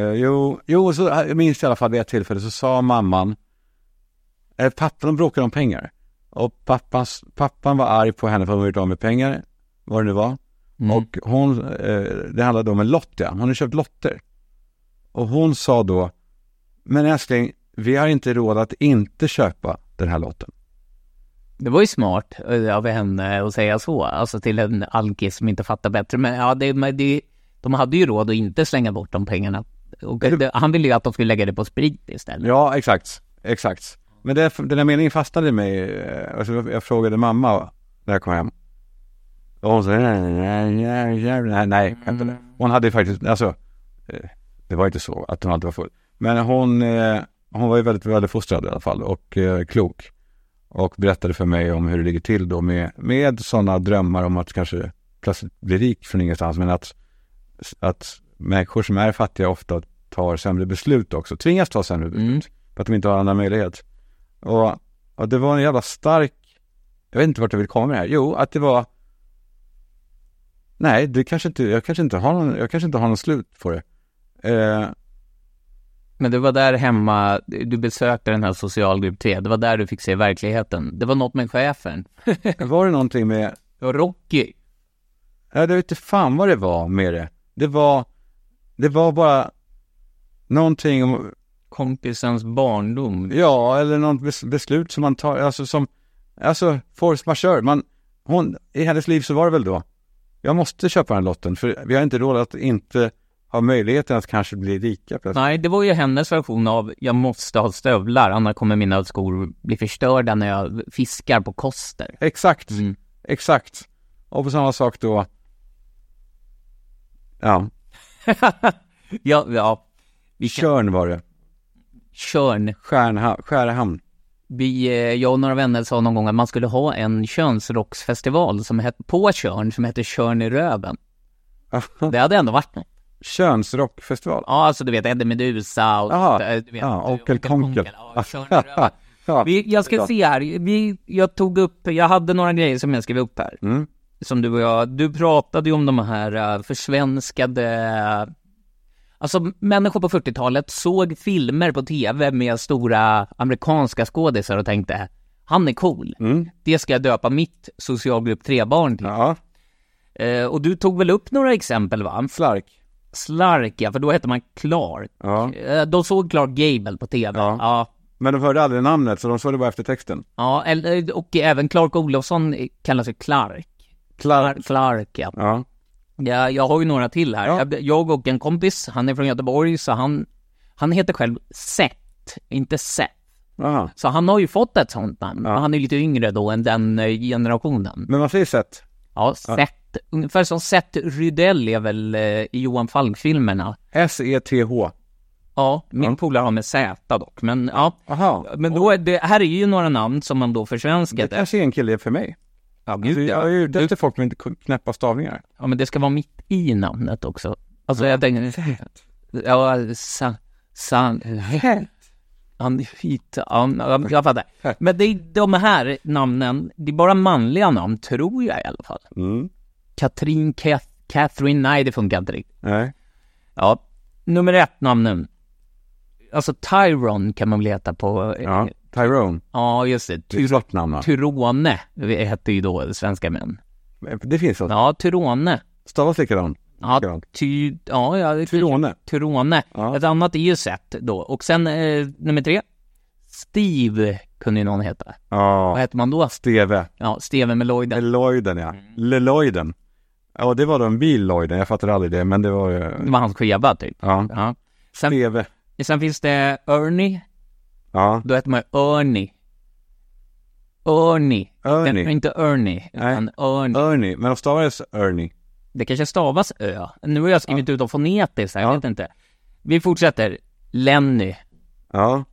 [SPEAKER 1] eh, jo, jo, så eh, jag minns i alla fall vid ett tillfälle så sa mamman, eh, pappan bråkade om pengar. Och pappans, pappan var arg på henne för att hon gjort av med pengar, vad det nu var.
[SPEAKER 2] Mm.
[SPEAKER 1] Och hon, eh, det handlade då om en lott ja, hon har köpt lotter. Och hon sa då, men älskling, vi har inte råd att inte köpa den här lotten.
[SPEAKER 2] Det var ju smart eh, av henne att säga så, alltså till en alkis som inte fattar bättre. Men ja, det, men det, de hade ju råd att inte slänga bort de pengarna. Och det, han ville ju att de skulle lägga det på sprit istället.
[SPEAKER 1] Ja, exakt, exakt. Men det, den här meningen fastnade i mig, eh, alltså jag, jag frågade mamma när jag kom hem. Och hon sa, nej, nej, nej, nej, nej, nej, inte det. Hon hade ju faktiskt, alltså, eh, det var inte så att hon alltid var full. Men hon, eh, hon var ju väldigt välfostrad i alla fall och eh, klok. och berättade för mig om hur det ligger till då med, med sådana drömmar om att kanske plötsligt bli rik från ingenstans. Men att, att människor som är fattiga ofta tar sämre beslut också, tvingas ta sämre beslut
[SPEAKER 2] Mm.
[SPEAKER 1] för att de inte har andra möjlighet. Och, och det var en jävla stark, jag vet inte vart jag vill komma med det här, jo att det var Nej, det kanske inte, jag kanske inte har någon, jag kanske inte har någon slut på det. Eh,
[SPEAKER 2] Men du var där hemma, du besökte den här socialgrupp 3, det var där du fick se verkligheten. Det var något med chefen.
[SPEAKER 1] var det någonting med,
[SPEAKER 2] Det var Rocky.
[SPEAKER 1] Ja, det vet inte fan vad det var med det. Det var, det var bara någonting om,
[SPEAKER 2] Kompisens barndom.
[SPEAKER 1] ja, eller något bes- beslut som man tar, alltså som, alltså force majeure. Man, hon, i hennes liv så var det väl då, jag måste köpa den lotten för vi har inte råd att inte ha möjligheten att kanske bli rika plötsligt.
[SPEAKER 2] Nej, det var ju hennes version av jag måste ha stövlar, annars kommer mina skor bli förstörda när jag fiskar på koster.
[SPEAKER 1] Exakt,
[SPEAKER 2] Mm.
[SPEAKER 1] exakt. Och på samma sak då, ja,
[SPEAKER 2] Ja, ja. Vi kan-
[SPEAKER 1] Körn var det,
[SPEAKER 2] Körn.
[SPEAKER 1] Stjärnha- Skärhamn.
[SPEAKER 2] Vi, eh, jag och några vänner sa någon gång att man skulle ha en könsrocksfestival som het, på Körn som hette Körn i röven. Det hade ändå varit något.
[SPEAKER 1] Könsrockfestival.
[SPEAKER 2] Ja, alltså du vet Eddie Meduza och...
[SPEAKER 1] Jaha.
[SPEAKER 2] eh, du vet,
[SPEAKER 1] Ja,
[SPEAKER 2] eh,
[SPEAKER 1] Onkel Konkel.
[SPEAKER 2] Ja, Körn i röven.
[SPEAKER 1] Ja.
[SPEAKER 2] Vi, jag ska se här, vi, jag tog upp, jag hade några grejer som jag skrev upp här.
[SPEAKER 1] Mm.
[SPEAKER 2] Som du och jag, du pratade ju om de här eh, försvenskade... Alltså människor på 40-talet såg filmer på tv med stora amerikanska skådisar och tänkte han är cool.
[SPEAKER 1] Mm.
[SPEAKER 2] Det ska jag döpa mitt socialgrupp 3-barn till.
[SPEAKER 1] Ja.
[SPEAKER 2] Eh, och du tog väl upp några exempel va?
[SPEAKER 1] Slark.
[SPEAKER 2] Slark ja, för då hette man Clark.
[SPEAKER 1] Ja.
[SPEAKER 2] Eh, de såg Clark Gable på tv.
[SPEAKER 1] Ja.
[SPEAKER 2] ja
[SPEAKER 1] Men de hörde aldrig namnet, så de såg det bara efter texten.
[SPEAKER 2] Ja, eller, och även Clark Olofsson kallas ju Clark. Clark, Clark ja.
[SPEAKER 1] Ja.
[SPEAKER 2] ja. Jag har ju några till här.
[SPEAKER 1] Ja.
[SPEAKER 2] Jag, jag och en kompis, han är från Göteborg, så han, han heter själv Seth, inte Seth.
[SPEAKER 1] Aha.
[SPEAKER 2] Så han har ju fått ett sånt namn.
[SPEAKER 1] Ja.
[SPEAKER 2] Han är ju lite yngre då än den eh, generationen.
[SPEAKER 1] Men man säger sett.
[SPEAKER 2] Ja, Seth. Ungefär som Seth Rydell är väl eh, i Johan Falk-filmerna.
[SPEAKER 1] E S-E-T-H.
[SPEAKER 2] Ja, min polare har med Z dock, men ja.
[SPEAKER 1] Aha.
[SPEAKER 2] Men då, är det, här är ju några namn som man då försvenskade.
[SPEAKER 1] Det kanske är en kille för mig.
[SPEAKER 2] Ja, gud,
[SPEAKER 1] Alltså,
[SPEAKER 2] ja.
[SPEAKER 1] jag är ju ute efter folk med inte knäppa stavningar.
[SPEAKER 2] Ja men det ska vara mitt i namnet också. Alltså jag tänker... Ja, san... san han hit, ja, ja, jag fattar. Men det är de här namnen, det är bara manliga namn, tror jag i alla fall.
[SPEAKER 1] Mm.
[SPEAKER 2] Katrin, Kath, Catherine, nej det funkar inte riktigt.
[SPEAKER 1] Nej.
[SPEAKER 2] Ja, nummer ett namnen. Alltså Tyrone kan man väl heta på...
[SPEAKER 1] Ja. Tyrone.
[SPEAKER 2] ja just det.
[SPEAKER 1] Det är
[SPEAKER 2] Ty-
[SPEAKER 1] ett flott namn. va?
[SPEAKER 2] Tyrone hette ju då svenska män.
[SPEAKER 1] Det finns något.
[SPEAKER 2] Ja, Tyrone.
[SPEAKER 1] Stavas likadant.
[SPEAKER 2] Ja,
[SPEAKER 1] Likadant.
[SPEAKER 2] ty... Ja, ja.
[SPEAKER 1] Tyrone.
[SPEAKER 2] Tyrone.
[SPEAKER 1] Ja.
[SPEAKER 2] Ett annat är ju Seth då. Och sen eh, nummer tre. Steve kunde ju någon heta. Vad
[SPEAKER 1] Ja.
[SPEAKER 2] hette man då?
[SPEAKER 1] Steve.
[SPEAKER 2] Ja, Steven Meloiden.
[SPEAKER 1] Lloyden, ja.
[SPEAKER 2] Mm.
[SPEAKER 1] Leloiden. Ja, det var då en bil, Lloyden. Jag fattade aldrig det, men det var ju...
[SPEAKER 2] Det var hans skeva typ.
[SPEAKER 1] Ja.
[SPEAKER 2] Ja. Sen,
[SPEAKER 1] Steve.
[SPEAKER 2] sen finns det Ernie.
[SPEAKER 1] Ja.
[SPEAKER 2] Då hette man ju Ernie. Ernie. Den,
[SPEAKER 1] Ernie.
[SPEAKER 2] inte Ernie,
[SPEAKER 1] Nej.
[SPEAKER 2] utan Ernie.
[SPEAKER 1] Ernie. Men de stavades Ernie.
[SPEAKER 2] Det kanske stavas Ö. Nu har jag skrivit ut dem fonetiskt, här, jag vet inte. Vi fortsätter. Lenny.
[SPEAKER 1] Ja.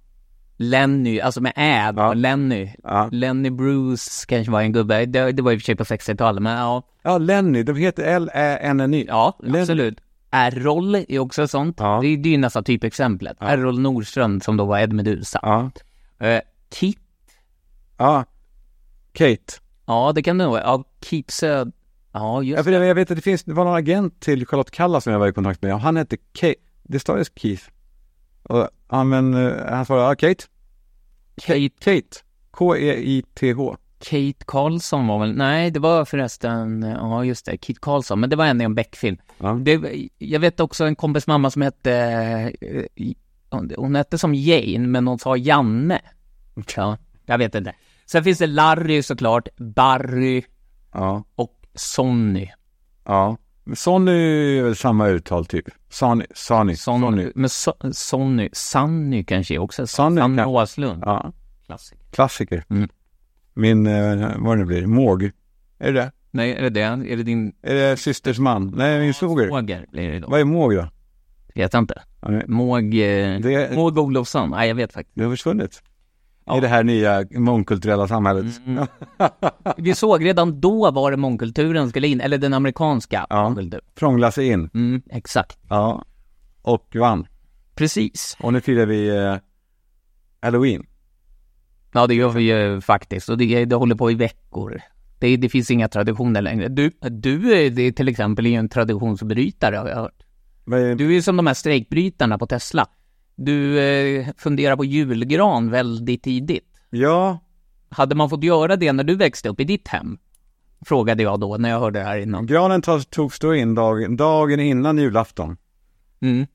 [SPEAKER 2] Lenny, alltså med Ä då,
[SPEAKER 1] Ja.
[SPEAKER 2] Lenny.
[SPEAKER 1] Ja.
[SPEAKER 2] Lenny Bruce kanske var en gubbe, det, det var i och för sig på 60-talet, men ja.
[SPEAKER 1] Ja, Lenny. De heter L-Ä-N-N-Y.
[SPEAKER 2] Ja,
[SPEAKER 1] Lenny.
[SPEAKER 2] absolut. Errol är också ett sånt.
[SPEAKER 1] Ja.
[SPEAKER 2] Det, är- det är ju nästan typexemplet. Errol Nordström som då var Ed Meduza.
[SPEAKER 1] Ja.
[SPEAKER 2] Eh, Kit,
[SPEAKER 1] ja. Kate.
[SPEAKER 2] ja det kan det nog vara. Ja, Kit Söd... Ja,
[SPEAKER 1] Ja,
[SPEAKER 2] just
[SPEAKER 1] för jag vet att det finns, det var någon agent till Charlotte Kalla som jag var i kontakt med. Han hette Kate. Det stavades Keith. Och, ja, men eh, han svarade, ja, Kate.
[SPEAKER 2] Kate,
[SPEAKER 1] Kate. E K-E-I-T-H.
[SPEAKER 2] Kate Carlson var väl... Nej, det var förresten... Ja, just det. Kit Carlson. Men det var en i en Beck-film.
[SPEAKER 1] Ja.
[SPEAKER 2] Det, jag vet också en kompis mamma som hette... eh, hon- Hon hette som Jane, men hon sa Janne. Ja, jag vet inte. Sen finns det Larry såklart, Barry
[SPEAKER 1] Ja.
[SPEAKER 2] och Sonny.
[SPEAKER 1] Ja. Men Sonny är väl samma uttal typ. Sonny. Sonny.
[SPEAKER 2] Son,
[SPEAKER 1] Sonny.
[SPEAKER 2] Men so, Sonny, Sanny kanske är också.
[SPEAKER 1] Sanny
[SPEAKER 2] Sanny, Sanny
[SPEAKER 1] kanske.
[SPEAKER 2] Åslund.
[SPEAKER 1] Ja.
[SPEAKER 2] Klassiker.
[SPEAKER 1] Klassiker.
[SPEAKER 2] Mm.
[SPEAKER 1] Min, eh, vad det nu blir, måg. Är det det?
[SPEAKER 2] Nej, är det det? Är det din
[SPEAKER 1] Är det systers man? Nej, min svåger.
[SPEAKER 2] svåger? Blir det då?
[SPEAKER 1] Vad är måg då?
[SPEAKER 2] Vet jag inte.
[SPEAKER 1] Ja, nej.
[SPEAKER 2] Måg, eh,
[SPEAKER 1] Det-
[SPEAKER 2] Måg Olofsson? Nej, jag vet faktiskt
[SPEAKER 1] Det har försvunnit.
[SPEAKER 2] Ja. Mm.
[SPEAKER 1] I det här nya mångkulturella samhället.
[SPEAKER 2] Vi såg redan då var det mångkulturen skulle in, eller den amerikanska
[SPEAKER 1] Ja.
[SPEAKER 2] mångkulturen.
[SPEAKER 1] Prångla sig in.
[SPEAKER 2] Mm, exakt.
[SPEAKER 1] Ja. Och vann.
[SPEAKER 2] Precis.
[SPEAKER 1] Och nu firar vi eh, halloween.
[SPEAKER 2] Ja, det gör vi ju faktiskt. Och det, det håller på i veckor. Det, det finns inga traditioner längre. Du, du är det, till exempel är ju en traditionsbrytare har jag hört.
[SPEAKER 1] Vad är-
[SPEAKER 2] Du är ju som de här strejkbrytarna på Tesla. Du eh, funderar på julgran väldigt tidigt.
[SPEAKER 1] Ja,
[SPEAKER 2] Hade man fått göra det när du växte upp i ditt hem? Frågade jag då när jag hörde det här innan.
[SPEAKER 1] granen tas- togs då in dagen, dagen innan julafton.
[SPEAKER 2] Mm.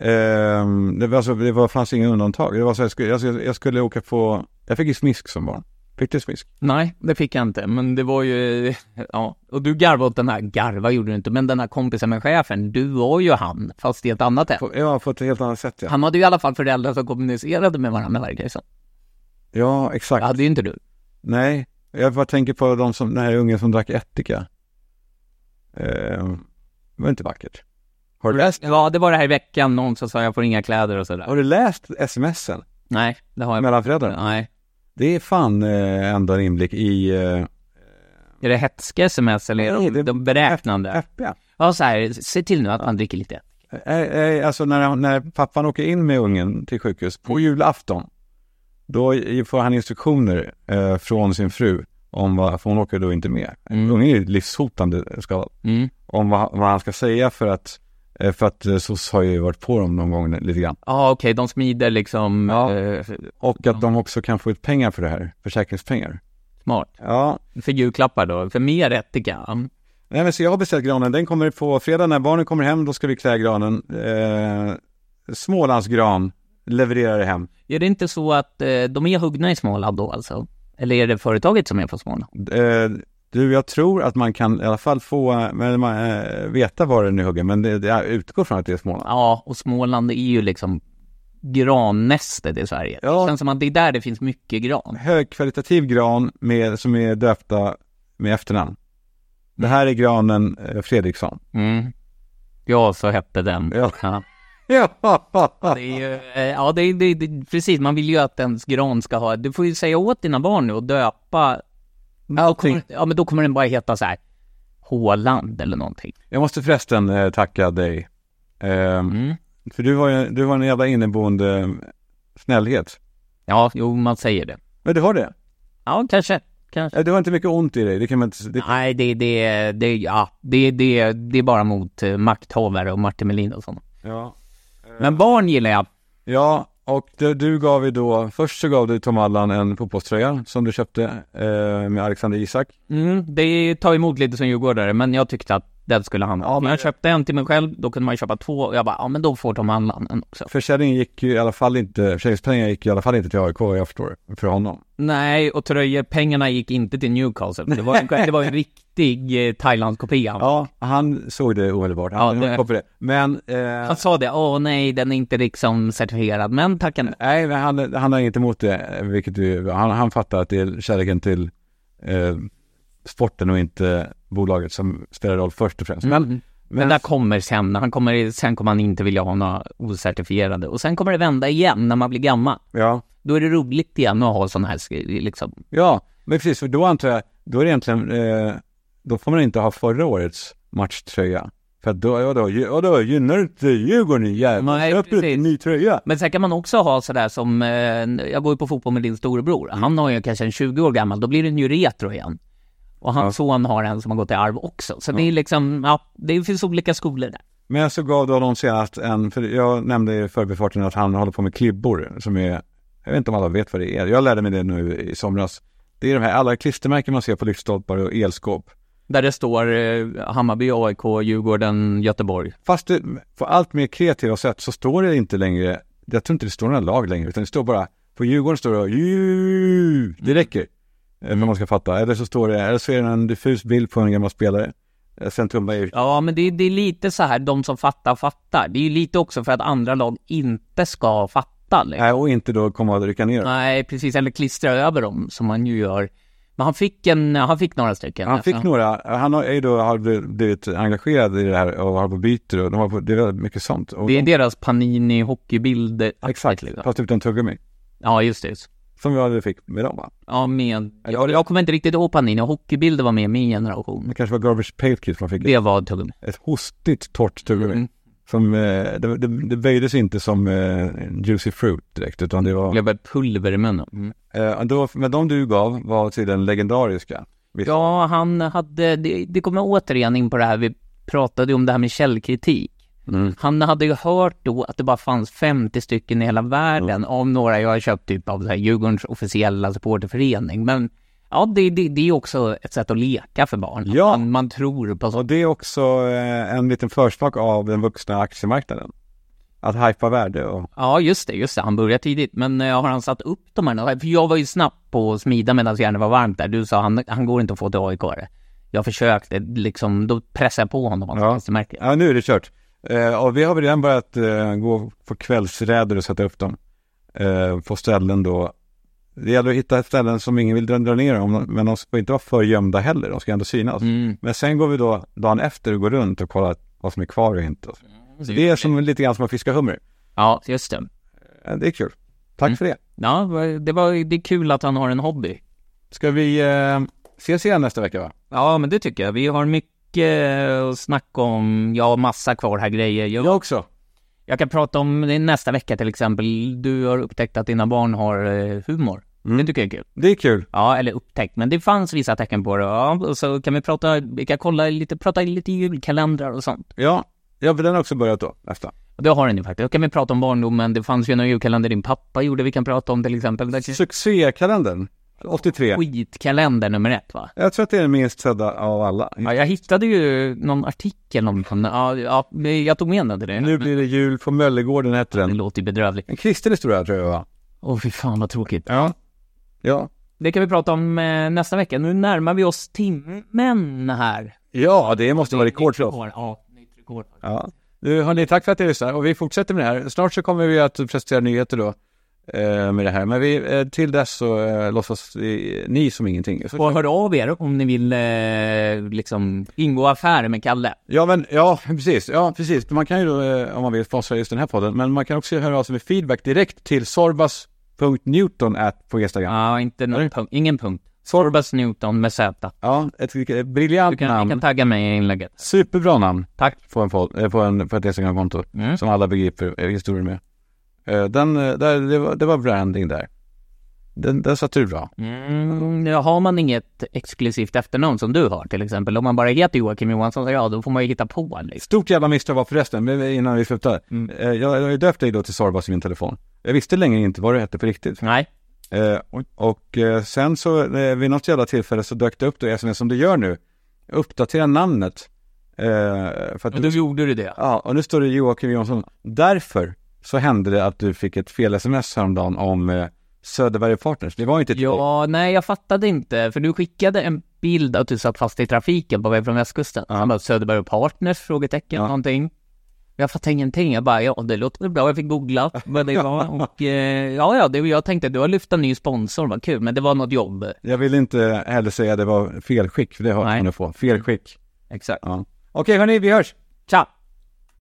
[SPEAKER 1] Ehm, det, var alltså, det var, fanns inga undantag. Det var så jag, skulle, jag, skulle- jag skulle åka på, jag fick ju smisk som barn. Fick du smisk?
[SPEAKER 2] Nej, det fick jag inte, men det var ju, ja, och du garvade åt den här, garva gjorde du inte, men den här kompisen med chefen, du var ju han, fast i ett annat hem.
[SPEAKER 1] På, ja, på ett helt annat sätt ja.
[SPEAKER 2] Han hade ju i alla fall föräldrar som kommunicerade med varandra verkar det som.
[SPEAKER 1] Ja,
[SPEAKER 2] Det
[SPEAKER 1] exakt.
[SPEAKER 2] hade ju inte du.
[SPEAKER 1] Nej, jag bara tänker på de som, den här ungen som drack ättika. Ehm, det var inte vackert. Har du läst,
[SPEAKER 2] Ja, det var det här i veckan, någon som sa jag får inga kläder och sådär.
[SPEAKER 1] har du läst smsen
[SPEAKER 2] Nej, det har jag
[SPEAKER 1] mellan föräldrarna?
[SPEAKER 2] Nej.
[SPEAKER 1] Det är fan eh, ändå en inblick i eh,
[SPEAKER 2] Är det hätska sms eller
[SPEAKER 1] Nej,
[SPEAKER 2] är
[SPEAKER 1] det-
[SPEAKER 2] de, de beräknande?
[SPEAKER 1] äppiga.
[SPEAKER 2] Ja, så här, se till nu att man dricker lite.
[SPEAKER 1] Eh, eh, Alltså när, när pappan åker in med ungen till sjukhus på julafton, då i- får han instruktioner eh, från sin fru om vad, för hon åker då inte med. Ungen är ju livshotande skadad.
[SPEAKER 2] Mm.
[SPEAKER 1] Om vad, vad han ska säga för att, eh, för att eh, SOS har ju varit på dem någon gång lite grann.
[SPEAKER 2] Ja, okej, de smider liksom, eh,
[SPEAKER 1] Och att de också kan få ut pengar för det här, försäkringspengar.
[SPEAKER 2] smart.
[SPEAKER 1] Ja,
[SPEAKER 2] För julklappar då, för mer ättika.
[SPEAKER 1] Nej, men så jag har beställt granen. Den kommer på fredag när barnen kommer hem. Då ska vi klä granen. Eh, Smålandsgran levererar det hem.
[SPEAKER 2] Är det inte så att eh, de är huggna i Småland då alltså? Eller är det företaget som är från Småland?
[SPEAKER 1] Eh, du, jag tror att man kan i alla fall få eh, men, man, eh, veta var den är huggen. Men det, det, jag utgår från att det är Småland.
[SPEAKER 2] Ja, och Småland är ju liksom grannästet i Sverige.
[SPEAKER 1] Ja.
[SPEAKER 2] Det känns som att det är där det finns mycket gran.
[SPEAKER 1] Högkvalitativ gran med, som är döpta med efternamn. Det här är granen eh, Fredriksson.
[SPEAKER 2] Mm. Ja, så hette den.
[SPEAKER 1] Ja.
[SPEAKER 2] Ja.
[SPEAKER 1] Ja,
[SPEAKER 2] Det är ju, eh, ja, det, är- det, är- det, precis. Man vill ju att ens gran ska ha... Du får ju säga åt dina barn nu och döpa... Allting. Ja, men då kommer den bara heta så här... Håland eller någonting.
[SPEAKER 1] Jag måste förresten eh, tacka dig. Eh,
[SPEAKER 2] Mm.
[SPEAKER 1] För du har, ju- du har en jävla inneboende eh, snällhet.
[SPEAKER 2] Ja, jo, man säger det.
[SPEAKER 1] Men du har det?
[SPEAKER 2] Ja, kanske. Kanske.
[SPEAKER 1] Ja, Det var inte mycket ont i dig, det kan man inte... Det,
[SPEAKER 2] Nej, det, det, det, ja, det, det, det är bara mot eh, makthavare och Martin Melin och sånt.
[SPEAKER 1] ja. Eh.
[SPEAKER 2] Men barn gillar jag.
[SPEAKER 1] ja, och du, du gav ju då... Först så gav du Tom Allan en fotbollströja som du köpte eh, med Alexander Isak.
[SPEAKER 2] Mm, det tar emot lite som djurgårdare, men jag tyckte att den skulle han
[SPEAKER 1] Ja,
[SPEAKER 2] ha.
[SPEAKER 1] men-
[SPEAKER 2] men jag köpte en till mig själv, då kunde man ju köpa två och jag bara, ja men då får de annan en också.
[SPEAKER 1] Försäljningen gick ju i alla fall inte... Försäljningspengarna gick ju i alla fall inte till AIK, jag förstår, för honom.
[SPEAKER 2] Nej, och tröjor, pengarna gick inte till Newcastle. Det var en, det var en riktig eh, Thailandskopia.
[SPEAKER 1] Ja, han såg det omedelbart. Han,
[SPEAKER 2] Ja, det-
[SPEAKER 1] han det. Men... Eh,
[SPEAKER 2] Han sa det, åh nej, den är inte liksom certifierad, men tack ändå.
[SPEAKER 1] nej, men han, han har inte emot det, vilket ju, han, han fattar att det är kärleken till eh, sporten och inte bolaget som spelar roll först och främst. Men
[SPEAKER 2] Mm. Men där kommer sen, han kommer, sen kommer han inte vilja ha några ocertifierade. Och sen kommer det vända igen när man blir gammal.
[SPEAKER 1] Ja.
[SPEAKER 2] Då är det roligt igen att ha sån här, sk- liksom.
[SPEAKER 1] Ja, men precis, för då antar jag, då är det egentligen, eh, då får man inte ha förra årets matchtröja. För att då, ja då, ja då gynnar du inte Djurgården i jävel.
[SPEAKER 2] Nej,
[SPEAKER 1] Köp du
[SPEAKER 2] precis.
[SPEAKER 1] en ny tröja.
[SPEAKER 2] Men sen kan man också ha sådär som, eh, jag går ju på fotboll med din storebror. Han har ju kanske en 20 år gammal, då blir den ju retro igen. Och hans son har en som har gått i arv också. Så det är liksom, ja, det finns olika skolor där.
[SPEAKER 1] Men jag så gav då någon senast en, för jag nämnde i förbifarten att han håller på med klibbor som är, jag vet inte om alla vet vad det är. Jag lärde mig det nu i somras. Det är de här, alla klistermärken man ser på lyktstolpar och elskåp.
[SPEAKER 2] Där det står eh, Hammarby, AIK, Djurgården, Göteborg.
[SPEAKER 1] Fast det, på allt mer kreativa sätt så står det inte längre, jag tror inte det står några lag längre, utan det står bara, på Djurgården står det "Djur", det räcker. Mm. man ska fatta. Eller så står det, eller så är det en diffus bild på en gammal spelare. Eh, Sen tummar jag ut.
[SPEAKER 2] Ja, men det, det är lite så här, de som fattar, fattar. Det är ju lite också för att andra lag inte ska fatta. Liksom.
[SPEAKER 1] Nej, och inte då komma och rycka ner. dem.
[SPEAKER 2] Nej, precis. Eller klistra över dem, som man ju gör. Men han fick en, han fick några stycken.
[SPEAKER 1] Han fick
[SPEAKER 2] alltså.
[SPEAKER 1] några, han har, är ju då, har bl- blivit engagerad i det här och har på byter och de har på, det är väldigt mycket sånt. Och
[SPEAKER 2] Det är deras Panini hockeybild.
[SPEAKER 1] exakt,
[SPEAKER 2] Liksom.
[SPEAKER 1] fast utan tuggummi.
[SPEAKER 2] Ja, just det. just det.
[SPEAKER 1] Som jag fick med dem va?
[SPEAKER 2] Ja, men
[SPEAKER 1] Eller, ja,
[SPEAKER 2] jag,
[SPEAKER 1] det-
[SPEAKER 2] jag kommer inte riktigt ihåg Panini. Hockeybilder var med i min generation.
[SPEAKER 1] Det kanske var Garbage Pail Kids man fick.
[SPEAKER 2] Det var tuggummi.
[SPEAKER 1] ett hostigt torrt tuggummi.
[SPEAKER 2] Mm.
[SPEAKER 1] Som, eh, det, det, det böjdes inte som eh, juicy fruit direkt, utan det
[SPEAKER 2] Det
[SPEAKER 1] var...
[SPEAKER 2] blev bara pulver i munnen.
[SPEAKER 1] Eh, då, men de du gav var tydligen legendariska. Visst?
[SPEAKER 2] Ja, han hade, det, det kommer återigen in på det här, vi pratade ju om det här med källkritik.
[SPEAKER 1] Mm.
[SPEAKER 2] Han hade ju hört då att det bara fanns 50 stycken i hela världen
[SPEAKER 1] Mm.
[SPEAKER 2] av några jag har köpt typ av så här Djurgårdens officiella supporterförening. Men ja, det, det, det är också ett sätt att leka för barn.
[SPEAKER 1] Ja.
[SPEAKER 2] Man, man tror på
[SPEAKER 1] Och
[SPEAKER 2] sånt.
[SPEAKER 1] det är också eh, en liten försmak av den vuxna aktiemarknaden. Att hypa värde och...
[SPEAKER 2] Ja, just det, just det. Han började tidigt. Men eh, har han satt upp de här? För jag var ju snabb på att smida medan järnet var varmt där. Du sa han, han går inte att få till AIK. -are. Jag försökte liksom, då pressade jag på honom. alltså,
[SPEAKER 1] Ja.
[SPEAKER 2] Ja. Märker.
[SPEAKER 1] Ja, nu är det kört. Eh, och vi har väl redan börjat eh, gå på kvällsräder och sätta upp dem. Eh, på ställen då. Det gäller att hitta ställen som ingen vill dra, dra ner dem, men de ska inte vara för gömda heller. De ska ändå synas.
[SPEAKER 2] Mm.
[SPEAKER 1] Men sen går vi då dagen efter och går runt och kollar vad som är kvar och inte. Så det är som, lite grann som att fiska hummer.
[SPEAKER 2] Ja, just det.
[SPEAKER 1] Eh, Det är kul. Tack för det.
[SPEAKER 2] Ja, det, var, det är kul att han har en hobby.
[SPEAKER 1] Ska vi eh, ses igen nästa vecka va?
[SPEAKER 2] Ja, men det tycker jag. Vi har mycket att snacka om. Jag har massa kvar här grejer. Jag,
[SPEAKER 1] Jag också.
[SPEAKER 2] jag kan prata om det nästa vecka till exempel. Du har upptäckt att dina barn har eh, humor. Det tycker jag är kul.
[SPEAKER 1] Det är kul.
[SPEAKER 2] Ja, eller upptäckt. Men det fanns vissa tecken på det. Ja, och så kan vi prata, vi kan kolla lite, prata lite julkalendrar och sånt.
[SPEAKER 1] Ja, ja för den har också börjat då. Nästa.
[SPEAKER 2] Och det har den ju faktiskt. Då kan vi prata om barndomen. Det fanns ju en julkalender din pappa gjorde vi kan prata om till exempel. Det är
[SPEAKER 1] Succékalendern. 83.
[SPEAKER 2] skitkalender nummer ett va?
[SPEAKER 1] Jag tror att det är den minst sedda av alla.
[SPEAKER 2] Ja, jag hittade ju någon artikel om den. Ja, ja, men jag tog med den till dig.
[SPEAKER 1] Nu blir det jul på Möllegården heter
[SPEAKER 2] Det
[SPEAKER 1] den.
[SPEAKER 2] låter ju bedrövligt.
[SPEAKER 1] En kristen historia tror jag va?
[SPEAKER 2] Åh fy fan vad tråkigt.
[SPEAKER 1] Ja. Ja.
[SPEAKER 2] Det kan vi prata om eh, nästa vecka. Nu närmar vi oss timmen här.
[SPEAKER 1] Ja, det måste vara rekordslått.
[SPEAKER 2] Ja, nytt rekord.
[SPEAKER 1] Ja. Du, hörni, tack för att ni lyssnar och vi fortsätter med det här. Snart så kommer vi att presentera nyheter då eh, med det här. Men vi, eh, till dess så eh, låtsas vi, ni som ingenting. Så,
[SPEAKER 2] Och hör av er om ni vill eh, liksom ingå affärer med Kalle.
[SPEAKER 1] ja, men ja, precis. Ja, precis. Man kan ju då, eh, om man vill, sponsra just den här podden. Men man kan också höra av sig med feedback direkt till sorbas.newton at på Instagram. Ja,
[SPEAKER 2] Ja, Mm. inte någon punkt, ingen punkt. Sorbas Newton med Z.
[SPEAKER 1] ett, ett briljant
[SPEAKER 2] Du kan, ni
[SPEAKER 1] namn.
[SPEAKER 2] kan tagga mig i inlägget.
[SPEAKER 1] Superbra namn.
[SPEAKER 2] Tack.
[SPEAKER 1] på, en podd, eh, på, en, på ett Instagram-konto
[SPEAKER 2] Mm.
[SPEAKER 1] som alla begriper eh, historien med. Eh, Den, eh, där, det, var, det var branding där. Den, den satt du bra.
[SPEAKER 2] Mm, ja, har man inget exklusivt efternamn som du har till exempel, om man bara heter Joakim Johansson, så ja, då får man ju hitta på liksom.
[SPEAKER 1] Stort jävla misstag var förresten, men innan vi slutar.
[SPEAKER 2] Mm.
[SPEAKER 1] Eh, Jag, jag har ju döpt dig då till Sorbas i min telefon. Jag visste länge inte vad du hette på riktigt.
[SPEAKER 2] Nej.
[SPEAKER 1] Eh, och, och eh, sen så eh, vid något jävla tillfälle så dök det upp då i sms som du gör nu. Uppdatera namnet. Eh, för att
[SPEAKER 2] Och då gjorde du det.
[SPEAKER 1] Ja, och nu står det Joakim Jonsson. Därför så hände det att du fick ett fel sms häromdagen om eh, Söderberg Partners. Det var inte ett fel.
[SPEAKER 2] Ja, nej jag fattade inte, för du skickade en bild att du satt fast i trafiken på väg från västkusten.
[SPEAKER 1] Ja.
[SPEAKER 2] Han bara, Söderberg och Partners? Frågetecken,
[SPEAKER 1] Ja.
[SPEAKER 2] någonting. Jag fattade ingenting, jag bara, ja det låter väl bra, jag fick googla vad det var och eh, ja, ja, det, jag tänkte du har lyft en ny sponsor, vad kul, men det var något jobb.
[SPEAKER 1] Jag vill inte heller säga att det var felskick, för det har
[SPEAKER 2] Nej.
[SPEAKER 1] man att få. Felskick.
[SPEAKER 2] Exakt.
[SPEAKER 1] Ja. Okej hörni, vi hörs! Chao.